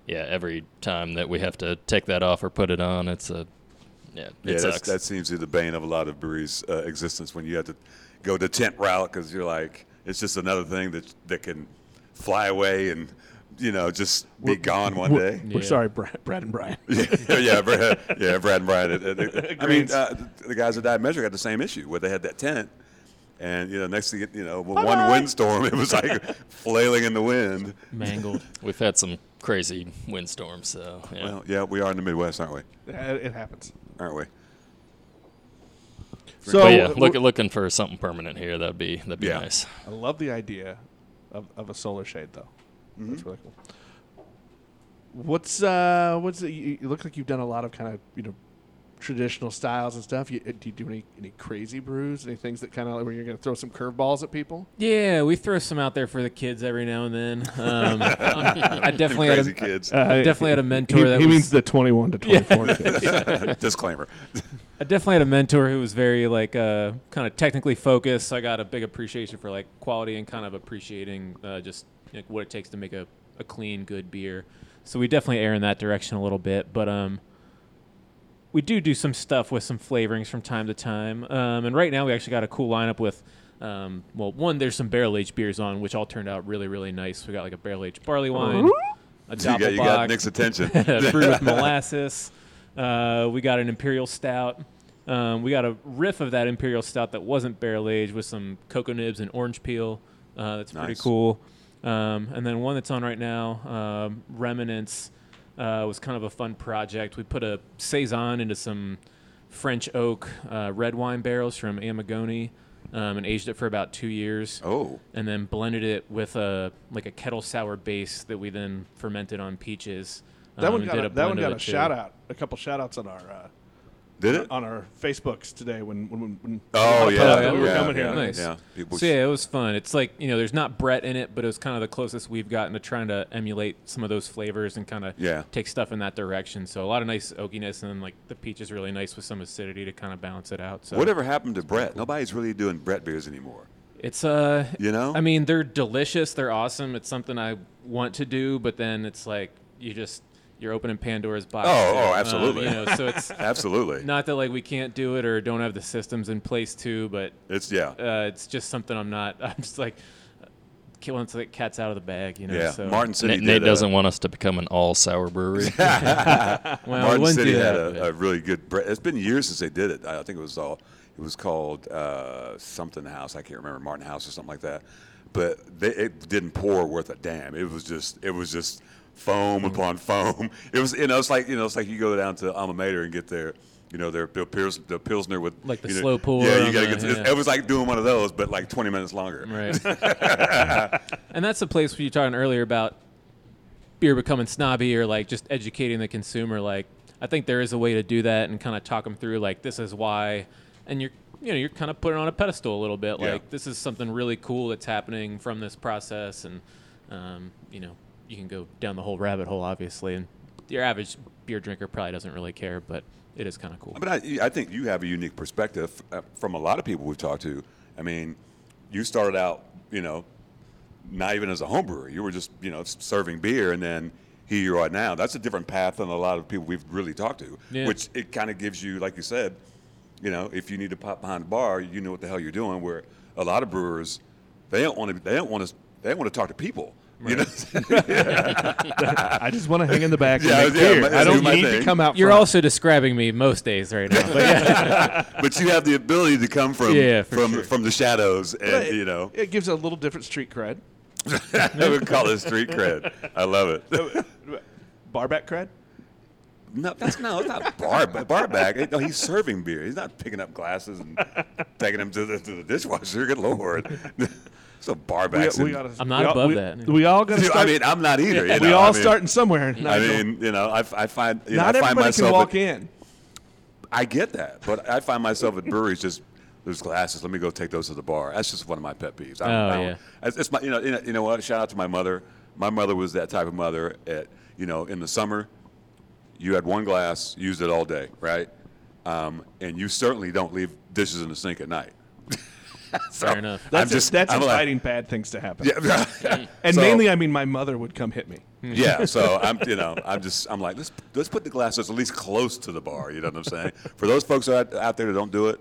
Speaker 5: yeah, every time that we have to take that off or put it on, it's a yeah, it
Speaker 1: Yeah, that's,
Speaker 5: sucks.
Speaker 1: that seems to be the bane of a lot of breweries' uh, existence when you have to go the tent route because you're like, it's just another thing that that can fly away and you know just be gone one
Speaker 2: We're-
Speaker 1: day.
Speaker 2: We're sorry, Brad, Brad and Brian.
Speaker 1: yeah, yeah, Brad, yeah, Brad and Brian. uh, uh, I mean,
Speaker 2: Agreed.
Speaker 1: uh, the- the guys at Dive Measure had the same issue where they had that tent, and you know, next thing you- you know, with one windstorm, it was like flailing in the wind.
Speaker 3: mangled.
Speaker 5: We've had some crazy windstorms, so yeah.
Speaker 1: Well, yeah, we are in the Midwest, aren't we?
Speaker 2: Uh, It happens.
Speaker 1: Aren't we?
Speaker 2: So
Speaker 5: but yeah,
Speaker 2: w-
Speaker 5: look, looking for something permanent here. That'd be that'd be
Speaker 1: Yeah.
Speaker 5: nice.
Speaker 2: I love the idea of, of a solar shade though.
Speaker 1: Mm-hmm.
Speaker 2: That's really cool. What's uh what's it, you, you look like you've done a lot of kind of you know traditional styles and stuff. You, uh, do you do any any crazy brews? Any things that kind of where you're going to throw some curveballs at people?
Speaker 3: Yeah, we throw some out there for the kids every now and then. Um, I definitely had
Speaker 1: Crazy
Speaker 3: a,
Speaker 1: kids.
Speaker 2: Uh,
Speaker 3: I definitely had a mentor that was,
Speaker 2: the 21 to 24 kids.
Speaker 1: Disclaimer.
Speaker 3: I definitely had a mentor who was very like uh, kind of technically focused. So I got a big appreciation for like quality and kind of appreciating uh, just like, what it takes to make a, a clean, good beer. So we definitely err in that direction a little bit, but um, we do do some stuff with some flavorings from time to time. Um, and right now we actually got a cool lineup with. Um, well, one there's some barrel aged beers on, which all turned out really, really nice. We got like a barrel aged barley wine,
Speaker 1: you got,
Speaker 3: a
Speaker 1: you got
Speaker 3: Doppelbock,
Speaker 1: Nick's attention.
Speaker 3: brewed with molasses. Uh, we got an imperial stout. Um, we got a riff of that imperial stout that wasn't barrel aged with some cocoa nibs and orange peel. Uh, that's pretty
Speaker 1: Nice.
Speaker 3: cool. Um, and then one that's on right now, um, Remnants, uh, was kind of a fun project. We put a saison into some French oak uh, red wine barrels from Amagoni um, and aged it for about two years
Speaker 1: Oh,
Speaker 3: and then blended it with a like a kettle sour base that we then fermented on peaches.
Speaker 2: That
Speaker 3: um,
Speaker 2: one
Speaker 3: and
Speaker 2: got
Speaker 3: did
Speaker 2: a, that one
Speaker 3: blend of
Speaker 2: got
Speaker 3: the
Speaker 2: a
Speaker 3: two.
Speaker 2: shout out, a couple shout outs on our uh,
Speaker 1: did it?
Speaker 2: on our Facebooks today when when, when, when
Speaker 1: Oh,
Speaker 2: when
Speaker 1: yeah.
Speaker 2: that we were
Speaker 1: Yeah,
Speaker 2: coming
Speaker 1: yeah.
Speaker 2: here.
Speaker 3: Nice.
Speaker 1: Yeah, people
Speaker 3: so yeah, it was fun. It's like you know, there's not Brett in it, but it was kind of the closest we've gotten to trying to emulate some of those flavors and kind of
Speaker 1: Yeah.
Speaker 3: take stuff in that direction. So a lot of nice oakiness, and then like the peach is really nice with some acidity to kind of balance it out. So
Speaker 1: Whatever happened to Brett? Nobody's really doing Brett beers anymore.
Speaker 3: It's uh,
Speaker 1: You know?
Speaker 3: I mean, they're delicious. They're awesome. It's something I want to do, but then it's like you just you're opening Pandora's box.
Speaker 1: Oh,
Speaker 3: too.
Speaker 1: oh,
Speaker 3: Um,
Speaker 1: absolutely.
Speaker 3: you know, so it's
Speaker 1: Absolutely.
Speaker 3: not that like we can't do it or don't have the systems in place to, but
Speaker 1: It's yeah.
Speaker 3: uh, it's just something I'm not. I'm just like uh, once the cat's out of the bag, you know.
Speaker 1: yeah.
Speaker 3: So.
Speaker 1: Martin City
Speaker 5: Nate,
Speaker 1: did uh,
Speaker 5: Nate
Speaker 1: a-
Speaker 5: doesn't want us to become an all sour brewery.
Speaker 3: well, we
Speaker 1: Martin
Speaker 3: wouldn't
Speaker 1: City
Speaker 3: do
Speaker 1: had
Speaker 3: that,
Speaker 1: a,
Speaker 3: but-
Speaker 1: a really good. Bre- it's been years since they did it. I I think it was all. It was called uh, something house. I can't remember Martin House or something like that. But they, it didn't pour worth a damn. It was just. It was just foam
Speaker 3: Mm-hmm.
Speaker 1: upon foam. It was. You know. It's like. You know. It's like you go down to Alma Mater and get their. You know their, their Pils, the Pilsner with
Speaker 3: Like the
Speaker 1: you know-
Speaker 3: slow pour
Speaker 1: Yeah, you
Speaker 3: on
Speaker 1: gotta
Speaker 3: the-
Speaker 1: get. to-
Speaker 3: yeah.
Speaker 1: It was like doing one of those, but like 20 minutes longer.
Speaker 3: Right. and that's the place where you were talking earlier about beer becoming snobby or like just educating the consumer. Like, I think there is a way to do that and kind of talk them through like this is why, and you're you know you're kind of putting it on a pedestal a little bit.
Speaker 1: Yeah.
Speaker 3: Like this is something really cool that's happening from this process, and um, you know you can go down the whole rabbit hole obviously, and your average beer drinker probably doesn't really care, but it is kind of cool.
Speaker 1: But I, I think you have a unique perspective uh, from a lot of people we've talked to. I mean, you started out, you know, not even as a home brewer. You were just, you know, s- serving beer, and then here you are now. That's a different path than a lot of people we've really talked to.
Speaker 3: Yeah.
Speaker 1: Which it kind of gives you, like you said, you know, if you need to pop behind the bar, you know what the hell you're doing. Where a lot of brewers, they don't want to, they don't want to, they don't want to talk to people. You know,
Speaker 2: I just want to hang in the back.
Speaker 1: Yeah,
Speaker 2: and make
Speaker 1: yeah,
Speaker 2: beer.
Speaker 1: but
Speaker 2: I
Speaker 1: that's
Speaker 2: don't
Speaker 1: my
Speaker 2: need
Speaker 1: thing.
Speaker 2: to come out.
Speaker 3: You're
Speaker 2: front.
Speaker 3: also describing me most days right now. But yeah.
Speaker 1: but you have the ability to come from
Speaker 3: Yeah, for
Speaker 1: from
Speaker 3: sure.
Speaker 1: from the shadows, and
Speaker 2: But it-
Speaker 1: you know,
Speaker 2: it gives a little different street cred,
Speaker 1: I would call it street cred. I love it.
Speaker 2: barback cred.
Speaker 1: No, that's no, it's not bar barback. No, he's serving beer. He's not picking up glasses and taking them to the, to the dishwasher. Good lord, it's a barback.
Speaker 2: gotta-
Speaker 3: I'm not
Speaker 2: we all-
Speaker 3: above
Speaker 2: we-
Speaker 3: that.
Speaker 2: We all got to
Speaker 1: I
Speaker 2: start.
Speaker 1: mean, I'm not either. you
Speaker 2: we
Speaker 1: know,
Speaker 2: all
Speaker 1: I mean,
Speaker 2: starting somewhere.
Speaker 1: I
Speaker 2: Nigel.
Speaker 1: mean, you know, I, f- I find you
Speaker 2: not
Speaker 1: know, I find
Speaker 2: everybody
Speaker 1: myself
Speaker 2: can walk
Speaker 1: at,
Speaker 2: in.
Speaker 1: I get that, but I find myself at breweries just there's glasses. Let me go take those to the bar. That's just one of my pet peeves. I
Speaker 3: Oh,
Speaker 1: I
Speaker 3: yeah.
Speaker 1: It's, it's my you know, you know you know what? Shout out to my mother. My mother was that type of mother. At you know in the summer, you had one glass, used it all day, right? Um, and you certainly don't leave dishes in the sink at night. so
Speaker 3: Fair enough.
Speaker 1: I'm
Speaker 2: That's
Speaker 1: just
Speaker 2: just that's
Speaker 1: I'm like-
Speaker 2: inviting bad things to happen.
Speaker 1: yeah.
Speaker 2: And
Speaker 1: So-
Speaker 2: mainly, I mean, my mother would come hit me.
Speaker 1: yeah, so I'm, you know, I'm just, I'm like, let's let's put the glass that's at least close to the bar. You know what I'm saying? For those folks out, out there that don't do it,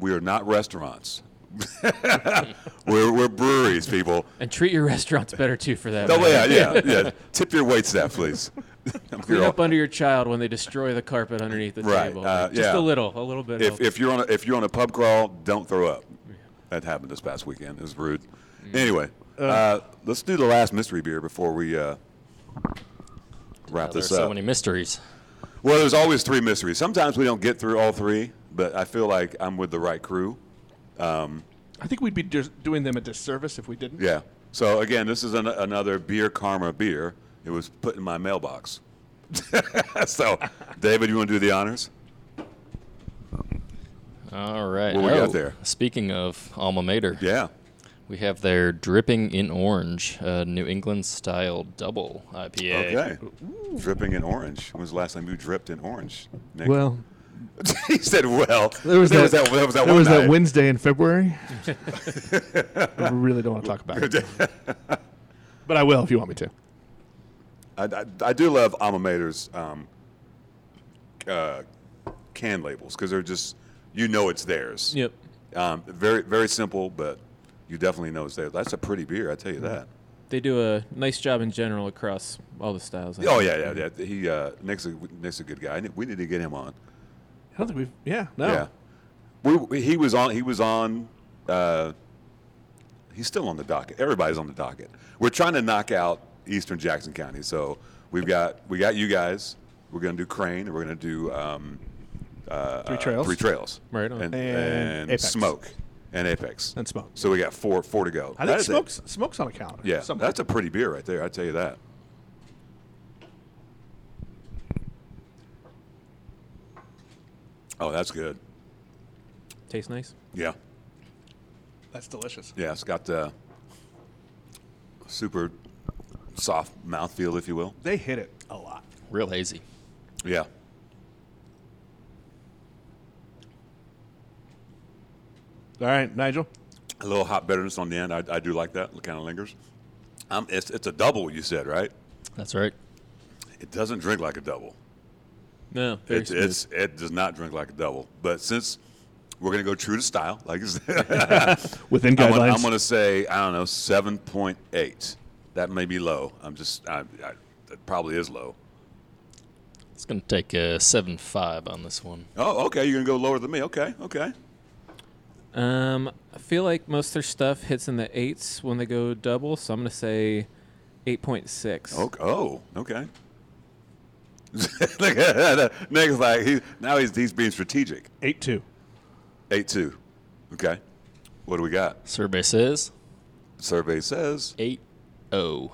Speaker 1: we are not restaurants. we're, we're breweries, people.
Speaker 3: And treat your restaurants better too for that.
Speaker 1: No,
Speaker 3: matter.
Speaker 1: yeah, yeah, yeah. Tip your wait staff, please. I'm
Speaker 3: Clean up under your child when they destroy the carpet underneath the
Speaker 1: Right,
Speaker 3: table.
Speaker 1: uh,
Speaker 3: Like, just
Speaker 1: yeah.
Speaker 3: a little, a little bit.
Speaker 1: if,
Speaker 3: helps.
Speaker 1: if you're on a, if you're on a pub crawl, don't throw up. That happened this past weekend. It was rude.
Speaker 3: Mm.
Speaker 1: Anyway, uh, let's do the last mystery beer before we uh, wrap
Speaker 5: There's
Speaker 1: this
Speaker 5: so
Speaker 1: up.
Speaker 5: many mysteries.
Speaker 1: Well, there's always three mysteries. Sometimes we don't get through all three, but I feel like I'm with the right crew.
Speaker 2: I think we'd be dis- doing them a disservice if we didn't.
Speaker 1: Yeah. So again, this is an, another beer karma beer. It was put in my mailbox. so, David, you want to do the honors?
Speaker 5: All right. Oh,
Speaker 1: What we got there?
Speaker 5: Speaking of alma mater,
Speaker 1: Yeah.
Speaker 5: we have their dripping in orange, uh, New England style double IPA.
Speaker 1: Okay. Dripping in orange. When was the last time you dripped in orange? Nick?
Speaker 2: Well,
Speaker 1: he said, "Well, there was that one night.
Speaker 2: Wednesday in February. I really don't want to talk about it, but I will if you want me to.
Speaker 1: I, I, I do love alma mater's um, uh, can labels because they're just you know it's theirs.
Speaker 3: yep.
Speaker 1: Um, very very simple, but you definitely know it's theirs. That's a pretty beer, I tell you that.
Speaker 3: They do a nice job in general across all the styles. I
Speaker 1: Oh
Speaker 3: think.
Speaker 1: yeah, yeah, yeah. He uh, Nick's a, Nick's a good guy. I need- We need to get him on.
Speaker 2: I don't think we've. Yeah, no.
Speaker 1: Yeah, we, we- he was on. He was on. Uh, he's still on the docket. Everybody's on the docket. We're trying to knock out Eastern Jackson County. So we've got we got you guys. We're gonna do Crane. and We're gonna do um, uh,
Speaker 2: Three Trails.
Speaker 1: Three Trails.
Speaker 3: Right on.
Speaker 1: And,
Speaker 2: And
Speaker 1: and,
Speaker 2: Apex.
Speaker 1: Smoke. And Apex.
Speaker 2: And Smoke.
Speaker 1: So we got four four to go.
Speaker 2: I
Speaker 1: That
Speaker 2: think
Speaker 1: is a-
Speaker 2: smokes smokes on a calendar.
Speaker 1: Yeah,
Speaker 2: somewhere.
Speaker 1: that's a pretty beer right there. I tell you that. Oh, that's good.
Speaker 3: Tastes nice.
Speaker 1: Yeah,
Speaker 2: that's delicious.
Speaker 1: yeah. It's got uh, super soft mouthfeel, if you will.
Speaker 2: They hit it a lot.
Speaker 5: Real hazy.
Speaker 1: Yeah.
Speaker 2: All right, Nigel.
Speaker 1: A little hot bitterness on the end. I, I do like that. It kind of lingers. Um, it's, it's a double, you said, right?
Speaker 5: That's right.
Speaker 1: It doesn't drink like a double.
Speaker 3: No, very
Speaker 1: It's,
Speaker 3: smooth.
Speaker 1: it's it does not drink like a double. But since we're gonna go true to style, like you said,
Speaker 2: Within
Speaker 1: I'm gonna,
Speaker 2: guidelines.
Speaker 1: I'm gonna say I don't know seven point eight. That may be low. I'm just I, I, that probably is low.
Speaker 5: It's going to take a 7 5 on this one.
Speaker 1: Oh, okay. You're gonna go lower than me. Okay, okay.
Speaker 3: Um, I feel like most of their stuff hits in the eights when they go double, so I'm gonna say eight point six.
Speaker 1: Okay. Oh, okay. Look at that. Nick's like he now he's he's being strategic.
Speaker 2: Eight two.
Speaker 1: Eight two. Okay. What do we got?
Speaker 5: Survey says
Speaker 1: Survey says
Speaker 5: 8 0.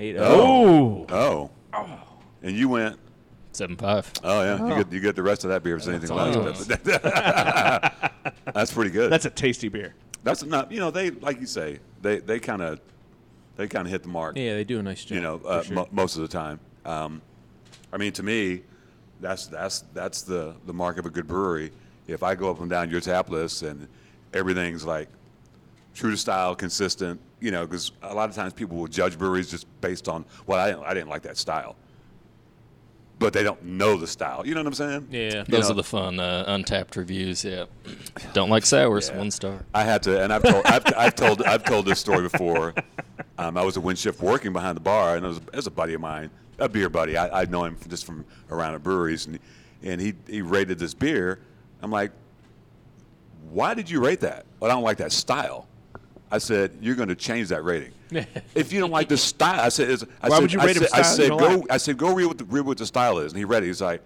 Speaker 3: Eight
Speaker 1: Oh.
Speaker 2: Oh,
Speaker 1: oh, and you went
Speaker 5: 7 5.
Speaker 1: Oh yeah, you get you get the rest of that beer if there's anything
Speaker 5: That's
Speaker 1: left. That's pretty good.
Speaker 2: that's a tasty beer.
Speaker 1: That's not you know they like you say they they kind of they kind of hit the mark.
Speaker 3: Yeah, they do a nice job.
Speaker 1: You know,
Speaker 3: for
Speaker 1: uh,
Speaker 3: sure.
Speaker 1: mo- most of the time. Um, I mean, to me, that's that's that's the the mark of a good brewery. If I go up and down your tap list and everything's like true to style, consistent, you know, because a lot of times people will judge breweries just based on well, I didn't, I didn't like that style, but they don't know the style. You know what I'm saying?
Speaker 3: yeah,
Speaker 5: Those
Speaker 1: know-
Speaker 5: are the fun uh, untapped reviews. Yeah. Don't like sours. One star.
Speaker 1: I had to, and I've told, I've, I've told, I've told this story before. Um, I was a wind shift working behind the bar, and it was, it was a buddy of mine, a beer buddy. I, I know him just from around the breweries, and and he he rated this beer. I'm like, why did you rate that? Well, I don't like that style. I said, you're going to change that rating. if you don't like the style, I said, is, I
Speaker 2: Why
Speaker 1: said,
Speaker 2: would you
Speaker 1: I
Speaker 2: rate a
Speaker 1: said, I
Speaker 2: style you
Speaker 1: said,
Speaker 2: don't
Speaker 1: go,
Speaker 2: like?
Speaker 1: I said, go read what the, read what the style is, and he read it. He's like,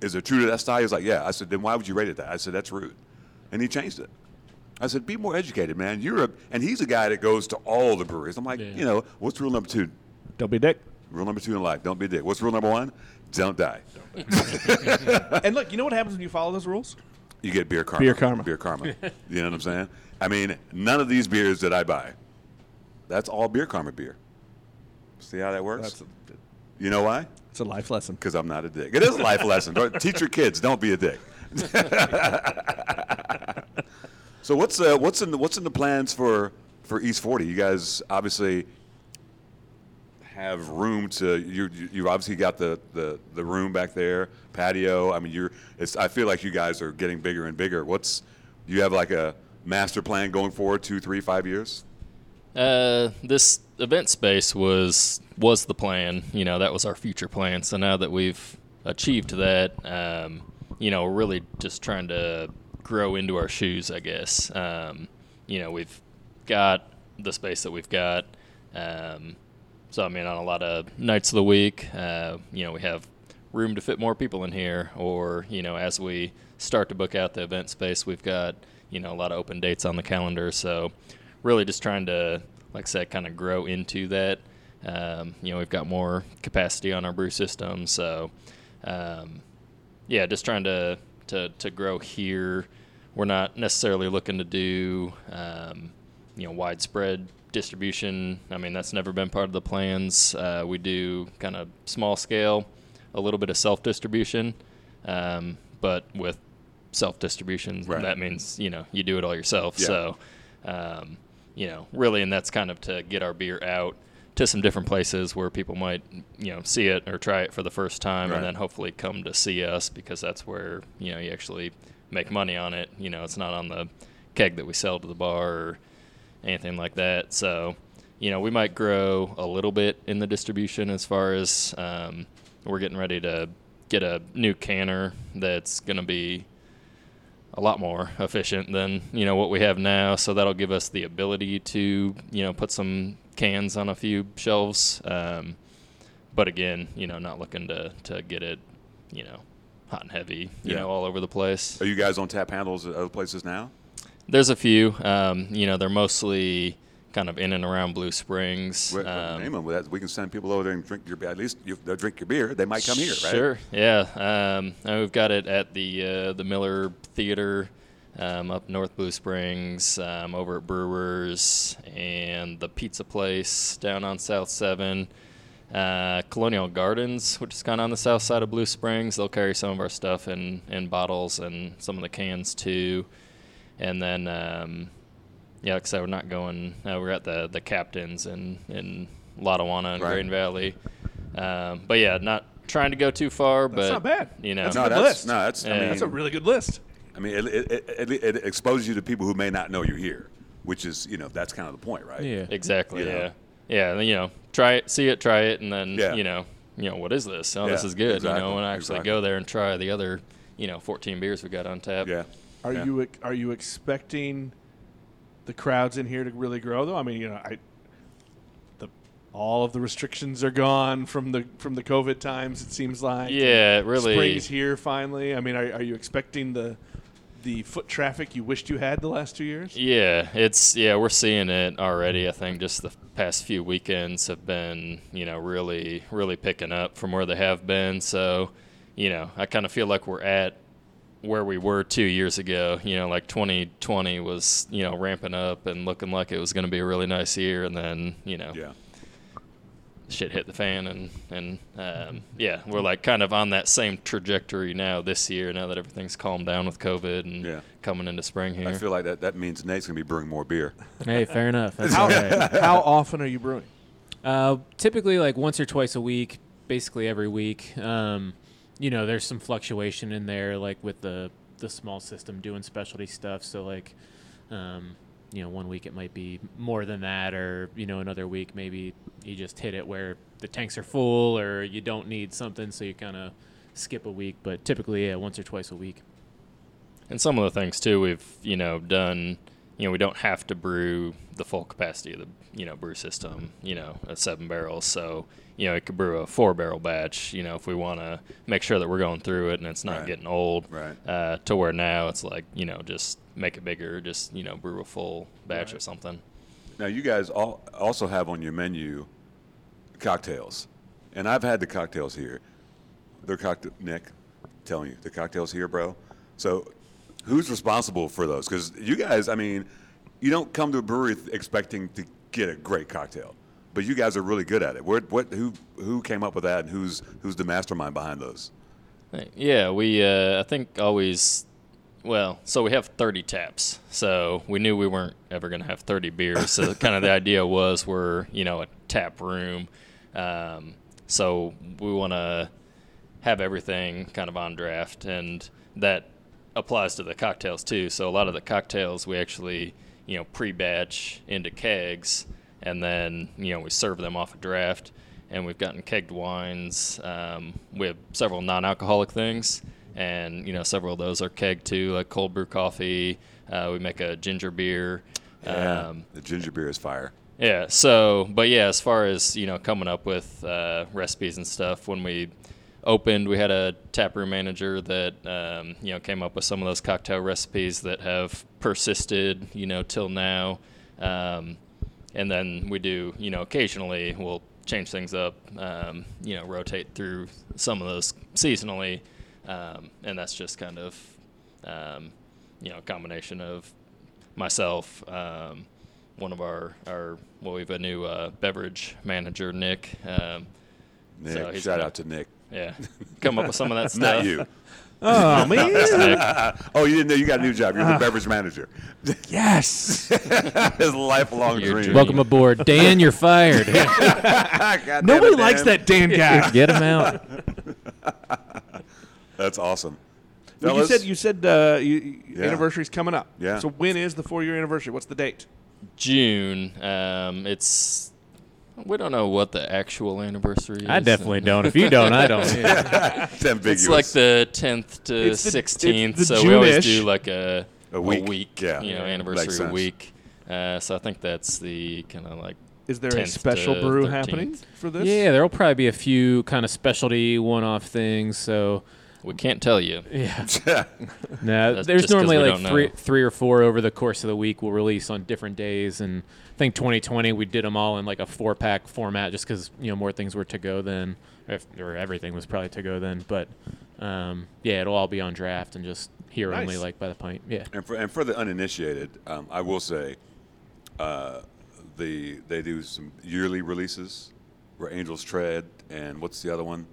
Speaker 1: is it true to that style? He's like, yeah. I said, then why would you rate it that? I said, that's rude, and he changed it. I said, be more educated, man. You're a, and he's a guy that goes to all the breweries. I'm like, you know, what's rule number two?
Speaker 2: Don't be a dick.
Speaker 1: Rule number two in life, don't be a dick. What's rule number one? Don't die.
Speaker 2: and look, you know what happens when you follow those rules?
Speaker 1: You get beer karma.
Speaker 2: Beer karma.
Speaker 1: Beer karma. you know what I'm saying? I mean, none of these beers that I buy, that's all beer karma beer. See how that works?
Speaker 2: That's a,
Speaker 1: you know why?
Speaker 2: it's a life lesson.
Speaker 1: Because I'm not a dick. It is a life lesson. Don't- Teach your kids, don't be a dick. so what's uh, what's in the, what's in the plans for for East 40? You guys obviously have room to you. you- You've obviously got the, the, the room back there, patio. I mean, you're. It's. I feel like you guys are getting bigger and bigger. What's do you have like a master plan going forward two, three, five years?
Speaker 5: Uh, this event space was was the plan. You know, that was our future plan. So now that we've achieved that, um, you know, we're really just trying to grow into our shoes, I guess. Um, you know, we've got the space that we've got. Um, so I mean, on a lot of nights of the week, uh, you know, we have room to fit more people in here, or you know, as we start to book out the event space, we've got you know a lot of open dates on the calendar. So really, just trying to, like I said, kind of grow into that. Um, you know, we've got more capacity on our brew system, so um, yeah, just trying to to to grow here. We're not necessarily looking to do um, you know widespread distribution. I mean, that's never been part of the plans. Uh, we do kind of small scale, a little bit of self distribution, um, but with self distribution,
Speaker 1: Right.
Speaker 5: that means you know you do it all yourself.
Speaker 1: Yeah.
Speaker 5: So um, you know, really, and that's kind of to get our beer out to some different places where people might, you know, see it or try it for the first time,
Speaker 1: Right.
Speaker 5: and then hopefully come to see us because that's where you know you actually make money on it. You know, it's not on the keg that we sell to the bar or anything like that. So, you know, we might grow a little bit in the distribution as far as um, we're getting ready to get a new canner that's going to be a lot more efficient than you know what we have now. So that'll give us the ability to you know put some cans on a few shelves. Um, but again, you know, not looking to to get it, you know, hot and heavy, you
Speaker 1: Yeah.
Speaker 5: know, all over the place.
Speaker 1: Are you guys on tap handles at other places now?
Speaker 5: There's a few. Um, you know, they're mostly kind of in and around Blue Springs.
Speaker 1: Wait,
Speaker 5: Um,
Speaker 1: name 'em. That- We can send people over there and drink your beer. At least you, they'll drink your beer. They might come here, right?
Speaker 5: Sure. Yeah. Um, and we've got it at the uh, the Miller Theater um, up North Blue Springs, um, over at Brewers, and the Pizza Place down on South Seven. Uh, Colonial Gardens, which is kind of on the south side of Blue Springs, they'll carry some of our stuff in, in bottles and some of the cans too. And then, um, yeah, like I said, we're not going. Uh, we're at the the captains in in Lottawanna and
Speaker 1: Right.
Speaker 5: Green Valley. Um, but yeah, not trying to go too far.
Speaker 2: That's
Speaker 5: but
Speaker 2: not bad.
Speaker 5: You know,
Speaker 2: That's
Speaker 1: No,
Speaker 2: Good
Speaker 1: that's
Speaker 2: list.
Speaker 1: no, that's. I
Speaker 5: Yeah.
Speaker 1: mean,
Speaker 2: That's a really good list.
Speaker 1: I mean, it, it, it, it, it exposes you to people who may not know you're here, which is, you know, that's kind of the point, right?
Speaker 3: Yeah.
Speaker 5: exactly.
Speaker 1: You know.
Speaker 5: Yeah, yeah. and then, You know, try it, see it, try it, and then
Speaker 1: Yeah.
Speaker 5: you know, you know, what is this? Oh, this
Speaker 1: Yeah,
Speaker 5: is good. You
Speaker 1: exactly,
Speaker 5: know, and I actually
Speaker 1: exactly.
Speaker 5: go there and try the other, you know, 14 beers we got on tap.
Speaker 1: Yeah.
Speaker 2: Are
Speaker 1: Yeah.
Speaker 2: you ex- are you expecting the crowds in here to really grow though? I mean, you know, I the all of the restrictions are gone from the from the COVID times. It seems like
Speaker 5: Yeah, it really.
Speaker 2: Spring's here finally. I mean, are, are you expecting the the foot traffic you wished you had the last two years?
Speaker 5: Yeah, it's yeah, we're seeing it already. I think just the past few weekends have been, you know, really really picking up from where they have been. So, you know, I kind of feel like we're at where we were 2 years ago. You know, like 2020 was, you know, ramping up and looking like it was going to be a really nice year and then, you know,
Speaker 1: Yeah.
Speaker 5: shit hit the fan and and um, yeah, we're like kind of on that same trajectory now this year now that everything's calmed down with COVID and
Speaker 1: Yeah.
Speaker 5: coming into spring here.
Speaker 1: I feel like that, that means Nate's going to be brewing more beer.
Speaker 3: Hey, fair enough. That's
Speaker 2: How,
Speaker 3: all right.
Speaker 2: how often are you brewing?
Speaker 3: Uh, typically, like once or twice a week, basically every week. Um, you know, there's some fluctuation in there, like with the the small system doing specialty stuff. So like, um, you know, one week it might be more than that, or you know, another week maybe you just hit it where the tanks are full, or you don't need something, so you kind of skip a week. But typically, yeah, once or twice a week.
Speaker 5: And some of the things too we've you know done. You know we don't have to brew the full capacity of the you know brew system. You know at seven barrels, so you know it could brew a four barrel batch. You know if we want to make sure that we're going through it and it's not
Speaker 1: Right.
Speaker 5: getting old.
Speaker 1: Right.
Speaker 5: Uh, to where now it's like you know just make it bigger, just you know brew a full batch or something.
Speaker 1: Now, you guys all, also have on your menu cocktails. And I've had the cocktails here. They're cocktail, Nick, telling you, the cocktails here, bro. So who's responsible for those? Because you guys, I mean, you don't come to a brewery th- expecting to get a great cocktail. But you guys are really good at it. Where, what, who, who came up with that, and who's, who's the mastermind behind those?
Speaker 5: Yeah, we uh, I think always. Well, so we have 30 taps. So we knew we weren't ever going to have 30 beers. So kind of the idea was we're, you know, a tap room. Um, so we want to have everything kind of on draft, and that applies to the cocktails too. So a lot of the cocktails we actually, you know, pre-batch into kegs, and then you know we serve them off a draft. And we've gotten kegged wines. Um, we have several non-alcoholic things, and you know several of those are kegged too, like cold brew coffee. Uh, we make a ginger beer.
Speaker 1: Yeah,
Speaker 5: Um,
Speaker 1: the ginger beer is fire.
Speaker 5: yeah. So, but yeah, as far as you know, coming up with uh, recipes and stuff. When we opened, we had a tap room manager that um, you know came up with some of those cocktail recipes that have persisted, you know, till now. Um, and then we do, you know, occasionally we'll change things up, um, you know, rotate through some of those seasonally, um, and that's just kind of, um, you know, a combination of myself, um, one of our, our well, we have a new uh, beverage manager, Nick. Um,
Speaker 1: Nick,
Speaker 5: So he's
Speaker 1: shout
Speaker 5: gonna-
Speaker 1: out to Nick.
Speaker 5: yeah, come up with some of that stuff.
Speaker 1: Not you.
Speaker 2: Oh man!
Speaker 1: Oh, you didn't know you got a new job. You're the beverage manager.
Speaker 2: yes.
Speaker 1: His lifelong
Speaker 5: Your
Speaker 1: dream.
Speaker 5: dream.
Speaker 3: Welcome aboard, Dan. You're fired.
Speaker 1: God damn
Speaker 2: Nobody
Speaker 1: it,
Speaker 2: likes
Speaker 1: Dan.
Speaker 2: that Dan guy.
Speaker 3: Get him out.
Speaker 1: That's awesome.
Speaker 2: Well, you
Speaker 1: Fellas,
Speaker 2: said you said uh, you,
Speaker 1: Yeah.
Speaker 2: anniversary's coming up.
Speaker 1: Yeah.
Speaker 2: So when is the four year anniversary? What's the date?
Speaker 5: June. Um, it's we don't know what the actual anniversary is.
Speaker 3: I definitely don't. If you don't, I don't.
Speaker 1: it's ambiguous.
Speaker 5: It's like the tenth to
Speaker 2: It's the-
Speaker 5: sixteenth,
Speaker 2: it's the
Speaker 5: so we always
Speaker 2: June-ish.
Speaker 5: do like a
Speaker 1: A week, yeah.
Speaker 5: you know,
Speaker 1: Yeah. Makes
Speaker 5: anniversary
Speaker 1: sense.
Speaker 5: week. Uh, so I think that's the kind of like
Speaker 2: Is there a
Speaker 5: 10th
Speaker 2: special
Speaker 5: to
Speaker 2: brew
Speaker 5: 13th.
Speaker 2: happening for this?
Speaker 3: Yeah, there'll probably be a few kind of specialty one-off things. So
Speaker 5: we can't tell you.
Speaker 3: yeah,
Speaker 1: Yeah.
Speaker 3: no,
Speaker 5: That's
Speaker 3: there's
Speaker 5: just 'cause
Speaker 3: normally
Speaker 5: we
Speaker 3: like
Speaker 5: don't know.
Speaker 3: three, three or four over the course of the week. We'll release on different days, and I think 2020 we did them all in like a four-pack format, just because you know more things were to go then, or, if, or everything was probably to go then. But um, yeah, it'll all be on draft and just here only,
Speaker 2: Nice.
Speaker 3: like by the pint. Yeah,
Speaker 1: And for and for the uninitiated, um, I will say, uh, the they do some yearly releases, where Angels Tread and what's the other one?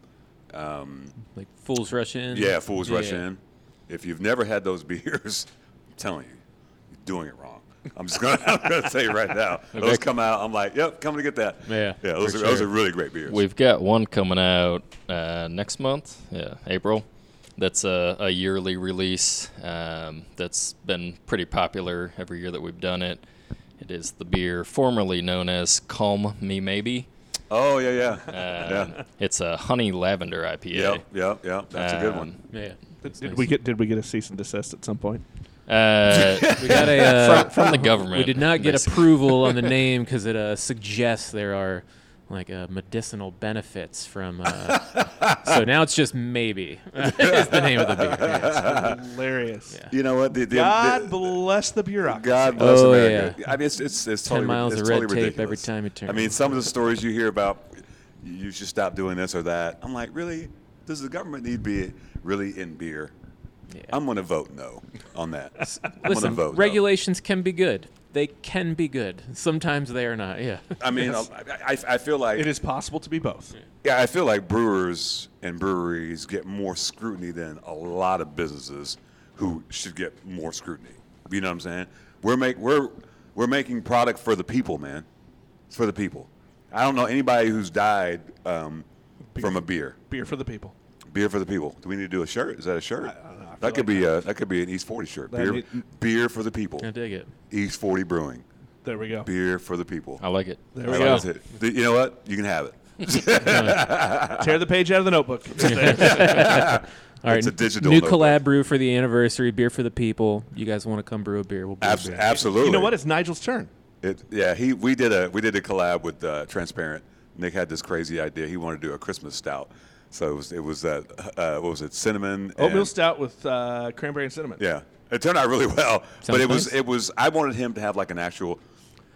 Speaker 3: like fools rush in.
Speaker 1: Yeah, Fools Rush
Speaker 3: Yeah.
Speaker 1: In. If you've never had those beers, I'm telling you, you're doing it wrong. I'm just gonna, I'm gonna tell you right now. Those come out, I'm like, yep, coming to get that.
Speaker 3: Yeah,
Speaker 1: yeah, those are
Speaker 3: for
Speaker 1: those
Speaker 3: sure.
Speaker 1: are really great beers.
Speaker 5: We've got one coming out uh, next month, yeah, April. That's a, a yearly release um, that's been pretty popular every year that we've done it. It is the beer formerly known as Calm Me Maybe.
Speaker 1: oh yeah, yeah,
Speaker 5: Um,
Speaker 1: yeah,
Speaker 5: It's a honey lavender IPA.
Speaker 1: yep, yep, yep. That's a good one.
Speaker 5: Um,
Speaker 3: Yeah.
Speaker 2: Did,
Speaker 3: That's
Speaker 2: did
Speaker 3: nice.
Speaker 2: we get did we get a cease and desist at some point?
Speaker 5: Uh,
Speaker 3: We got a uh,
Speaker 5: from, from the government.
Speaker 3: We did not get
Speaker 5: basically.
Speaker 3: approval on the name because it uh, suggests there are like uh, medicinal benefits from. Uh, so now it's just maybe is the name of the beer. Yeah.
Speaker 2: Hilarious.
Speaker 1: You know what? The, the,
Speaker 2: God
Speaker 1: the-
Speaker 2: bless the bureaucracy.
Speaker 1: God bless
Speaker 3: Oh,
Speaker 1: America. I mean, it's it's, it's totally
Speaker 3: miles
Speaker 1: it's
Speaker 3: of
Speaker 1: totally
Speaker 3: red tape every
Speaker 1: ridiculous.
Speaker 3: time you turn.
Speaker 1: I mean, some of the stories you hear about, you should stop doing this or that. I'm like, really? Does the government need be really in beer?
Speaker 3: Yeah.
Speaker 1: I'm going to vote no on that. I'm going to
Speaker 3: Listen,
Speaker 1: vote. no.
Speaker 3: regulations can be good. They can be good. Sometimes they are not. Yeah.
Speaker 1: I mean, I, I, I feel like
Speaker 2: It is possible to be both.
Speaker 1: yeah, I feel like brewers and breweries get more scrutiny than a lot of businesses who should get more scrutiny. You know what I'm saying? We're make we're we're making product for the people, man. It's for the people. I don't know anybody who's died um, from a beer.
Speaker 2: Beer for the people.
Speaker 1: Beer for the people. Do we need to do a shirt? Is that a shirt?
Speaker 2: don't know. I feel
Speaker 1: that could be a, that could be an East 40 shirt.
Speaker 2: That
Speaker 1: Beer,
Speaker 2: need-
Speaker 1: beer for the people.
Speaker 3: I dig it.
Speaker 1: East 40 Brewing.
Speaker 2: There we go.
Speaker 1: Beer for the people.
Speaker 5: I like it.
Speaker 2: There we
Speaker 1: I
Speaker 2: go.
Speaker 1: like it. Th- You know what? You can have it.
Speaker 2: Tear the page out of the notebook.
Speaker 3: All right.
Speaker 1: It's a digital
Speaker 3: new
Speaker 1: notebook.
Speaker 3: collab brew for the anniversary. Beer for the people. You guys want to come brew a beer? We'll brew a
Speaker 1: Abs-
Speaker 3: beer.
Speaker 1: absolutely.
Speaker 2: you know what? It's Nigel's turn.
Speaker 1: It, yeah, he we did a we did a collab with uh, Transparent. Nick had this crazy idea. He wanted to do a Christmas stout, so it was it was uh, uh, what was it cinnamon and-
Speaker 2: Oatmeal stout with uh, cranberry and cinnamon.
Speaker 1: Yeah, it turned out really well. but
Speaker 3: Sounds
Speaker 1: it was
Speaker 3: nice.
Speaker 1: it was I wanted him to have like an actual,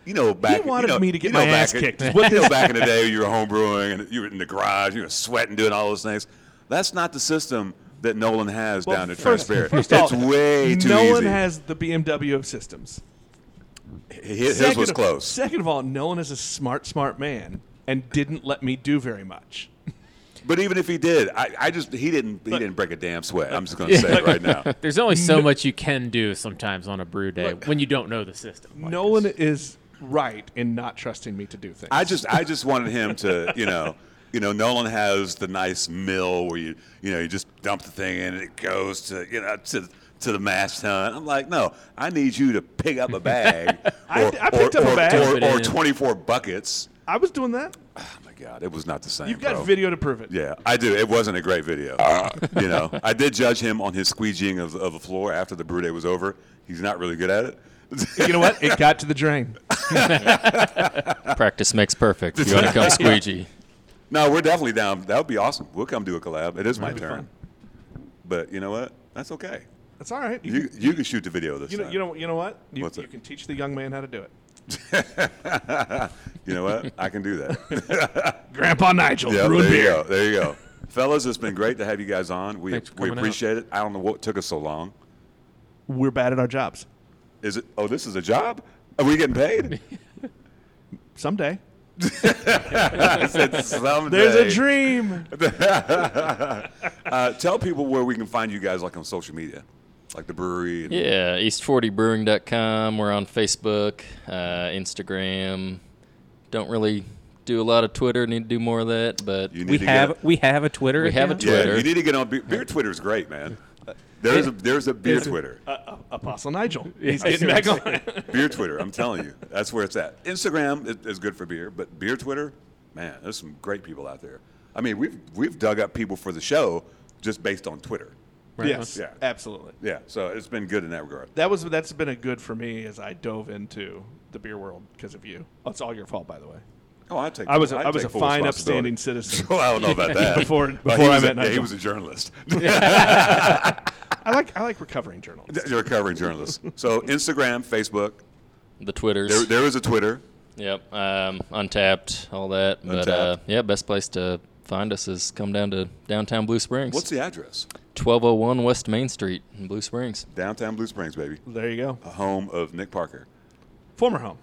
Speaker 1: you know, back. you
Speaker 2: wanted
Speaker 1: know-
Speaker 2: me to get
Speaker 1: you know,
Speaker 2: my
Speaker 1: back
Speaker 2: ass
Speaker 1: in-
Speaker 2: kicked.
Speaker 1: you know, back in the day, you were home brewing and you were in the garage, you were sweating doing all those things. That's not the system that Nolan has
Speaker 2: Well,
Speaker 1: down at
Speaker 2: first-
Speaker 1: Transparent.
Speaker 2: first
Speaker 1: it's
Speaker 2: off,
Speaker 1: way too
Speaker 2: Nolan
Speaker 1: easy.
Speaker 2: has the BMW of systems.
Speaker 1: his, his
Speaker 2: Second
Speaker 1: was
Speaker 2: of-
Speaker 1: close.
Speaker 2: Second of all, Nolan is a smart, smart man and didn't let me do very much.
Speaker 1: Oh But even if he did, I, I just he didn't he didn't break a damn sweat. I'm just gonna say it right now.
Speaker 3: There's only so much you can do sometimes on a brew day when you don't know the system. like
Speaker 2: Nolan
Speaker 3: this.
Speaker 2: is right in not trusting me to do things.
Speaker 1: I just I just wanted him to, you know, you know, Nolan has the nice mill where you you know you just dump the thing in and it goes to you know to to the mastodon. I'm like, no, I need you to pick up a bag.
Speaker 2: I- I picked up a
Speaker 1: or-
Speaker 2: bag.
Speaker 1: or-
Speaker 3: Dump it
Speaker 1: or,
Speaker 3: in.
Speaker 1: 24 buckets.
Speaker 2: I was doing that.
Speaker 1: Oh my God, it was not the same.
Speaker 2: You've got
Speaker 1: bro.
Speaker 2: video to prove it.
Speaker 1: Yeah, I do. It wasn't a great video. you know, I did judge him on his squeegeeing of, of the floor after the brew day was over. He's not really good at it.
Speaker 2: You know what? It got to the drain.
Speaker 5: Practice makes perfect. You want to come squeegee?
Speaker 1: No, we're definitely down. That would be awesome. We'll come do a collab. It is my
Speaker 2: That'd be
Speaker 1: turn.
Speaker 2: fun.
Speaker 1: But you know what? That's okay.
Speaker 2: That's all right. You,
Speaker 1: You you can shoot the video this
Speaker 2: you know,
Speaker 1: time.
Speaker 2: you know, you know what? You,
Speaker 1: What's
Speaker 2: you
Speaker 1: it?
Speaker 2: can teach the young man how to do it.
Speaker 1: You know what? I can do that.
Speaker 2: Grandpa Nigel,
Speaker 1: yeah,
Speaker 2: brewing
Speaker 1: there you
Speaker 2: beer.
Speaker 1: go. There you go. Fellas, it's been great to have you guys on. We
Speaker 3: Thanks for
Speaker 1: we
Speaker 3: coming out.
Speaker 1: appreciate it. I don't know what took us so long.
Speaker 2: We're bad at our jobs.
Speaker 1: Is it? Oh, this is a job. Are we getting paid?
Speaker 2: Someday.
Speaker 1: I said someday.
Speaker 2: There's a dream.
Speaker 1: Uh, tell people where we can find you guys, like on social media, like the brewery. And
Speaker 5: Yeah, east40brewing.com. We're on Facebook, uh, Instagram. Don't really do a lot of Twitter. Need to do more of that, but
Speaker 1: You need
Speaker 3: We
Speaker 1: to
Speaker 3: have
Speaker 1: Get,
Speaker 3: we have a Twitter.
Speaker 5: We have a
Speaker 3: account?
Speaker 1: yeah,
Speaker 5: Twitter.
Speaker 1: you need to get on. Beer, beer Twitter is great, man. Uh, There's a there's a beer Twitter.
Speaker 2: Apostle Nigel. He's getting back on.
Speaker 1: Beer Twitter, I'm telling you, that's where it's at. Instagram i- is good for beer, but beer Twitter, man, there's some great people out there. I mean, we've we've dug up people for the show just based on Twitter.
Speaker 3: Right.
Speaker 2: Yes,
Speaker 1: Yeah.
Speaker 2: absolutely.
Speaker 1: Yeah, so it's been good in that regard.
Speaker 2: That was that's been a good for me as I dove into the beer world because of you. It's all your fault, by the way.
Speaker 1: Oh, I take.
Speaker 2: I was a,
Speaker 1: I
Speaker 2: I was
Speaker 1: take
Speaker 2: a
Speaker 1: full
Speaker 2: fine,
Speaker 1: responsibility.
Speaker 2: upstanding citizen.
Speaker 1: Well, I don't know about that.
Speaker 2: Before-
Speaker 1: Well,
Speaker 2: before
Speaker 1: he
Speaker 2: I
Speaker 1: was a-
Speaker 2: met
Speaker 1: yeah, he
Speaker 2: Nigel.
Speaker 1: was a journalist,
Speaker 2: I like I like recovering journalists.
Speaker 1: a recovering journalist. So Instagram, Facebook,
Speaker 5: the Twitters.
Speaker 1: there, there is a Twitter.
Speaker 5: Yep, um, Untapped, all that. But uh,
Speaker 1: Untapped.
Speaker 5: yeah, best place to find us is come down to downtown Blue Springs.
Speaker 1: What's the address?
Speaker 5: 1201 West Main Street in Blue Springs.
Speaker 1: Downtown Blue Springs, baby,
Speaker 2: There you go.
Speaker 1: home of Nick Parker.
Speaker 2: Former home,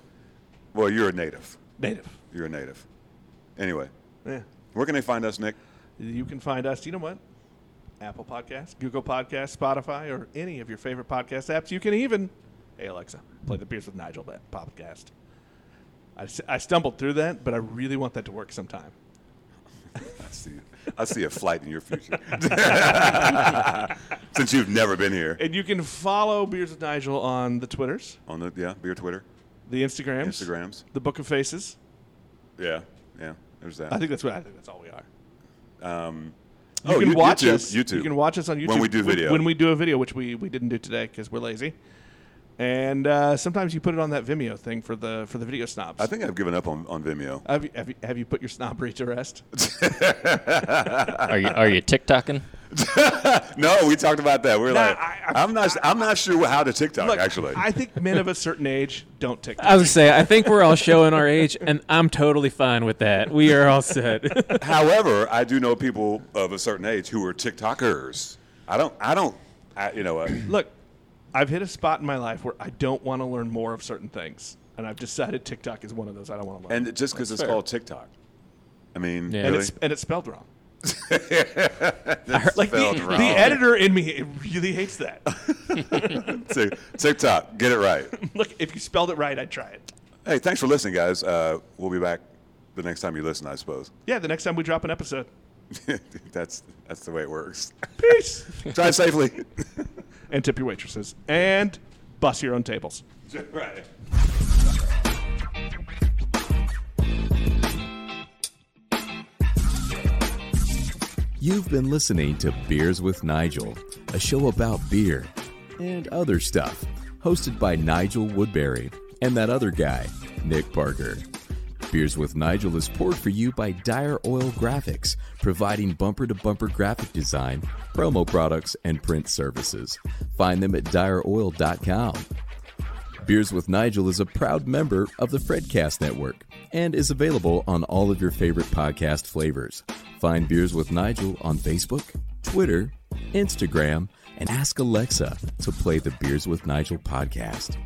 Speaker 1: Well, you're a native.
Speaker 2: native.
Speaker 1: You're a native. Anyway,
Speaker 2: Yeah.
Speaker 1: where can they find us, Nick?
Speaker 2: You can find us. You know what? Apple Podcasts, Google Podcasts, Spotify, or any of your favorite podcast apps. You can even, hey Alexa, play the Beers with Nigel ba- podcast. I, s- I stumbled through that, but I really want that to work sometime.
Speaker 1: I see, I see a flight in your future. Since you've never been here
Speaker 2: And you can follow Beers with Nigel on the Twitters,
Speaker 1: on the yeah beer Twitter,
Speaker 2: the Instagrams,
Speaker 1: Instagrams.
Speaker 2: the Book of Faces.
Speaker 1: Yeah, yeah. There's that.
Speaker 2: I think that's what I think that's all we are.
Speaker 1: oh,
Speaker 2: you can
Speaker 1: you-
Speaker 2: watch
Speaker 1: YouTube,
Speaker 2: us.
Speaker 1: YouTube.
Speaker 2: You can watch us on YouTube
Speaker 1: When we do video.
Speaker 2: When we do a video, which we, we didn't do today because we're lazy. And uh, sometimes you put it on that Vimeo thing for the for the video snobs.
Speaker 1: I think I've given up on, on Vimeo.
Speaker 2: have you, have you, have you put your snobbery to rest?
Speaker 5: Are you are you TikToking?
Speaker 1: No, we talked about that. We We're
Speaker 2: Nah,
Speaker 1: like,
Speaker 2: I-
Speaker 1: I, am not. I'm not sure how to TikTok
Speaker 2: Look,
Speaker 1: actually. Uh,
Speaker 2: I think men of a certain age don't TikTok.
Speaker 3: I was gonna say I think we're all showing our age, and I'm totally fine with that. We are all set.
Speaker 1: However, I do know people of a certain age who are TikTokers. I don't. I don't. I, you know uh, what?
Speaker 2: Look, I've hit a spot in my life where I don't want to learn more of certain things, and I've decided TikTok is one of those I don't want to learn.
Speaker 1: And it- just because it's called TikTok, I mean,
Speaker 3: Yeah.
Speaker 2: And
Speaker 1: really?
Speaker 2: it's and it's spelled wrong.
Speaker 1: That's
Speaker 2: Like the,
Speaker 1: spelled wrong.
Speaker 2: the editor in me it really hates that.
Speaker 1: Tick- TikTok, get it right.
Speaker 2: Look, if you spelled it right, I'd try it.
Speaker 1: Hey, thanks for listening, guys. Uh, we'll be back the next time you listen, I suppose.
Speaker 2: Yeah, the next time we drop an episode.
Speaker 1: that's that's the way it works.
Speaker 2: Peace.
Speaker 1: Drive safely.
Speaker 2: and tip your waitresses. And bus your own tables.
Speaker 1: right.
Speaker 4: You've been listening to Beers with Nigel, a show about beer and other stuff, hosted by Nigel Woodbury and that other guy, Nick Parker. Beers with Nigel is poured for you by Dire Oil Graphics, providing bumper to bumper graphic design, promo products, and print services. Find them at direoil.com. Beers with Nigel is a proud member of the Fredcast Network and is available on all of your favorite podcast flavors. Find Beers with Nigel on Facebook, Twitter, Instagram, and ask Alexa to play the Beers with Nigel podcast.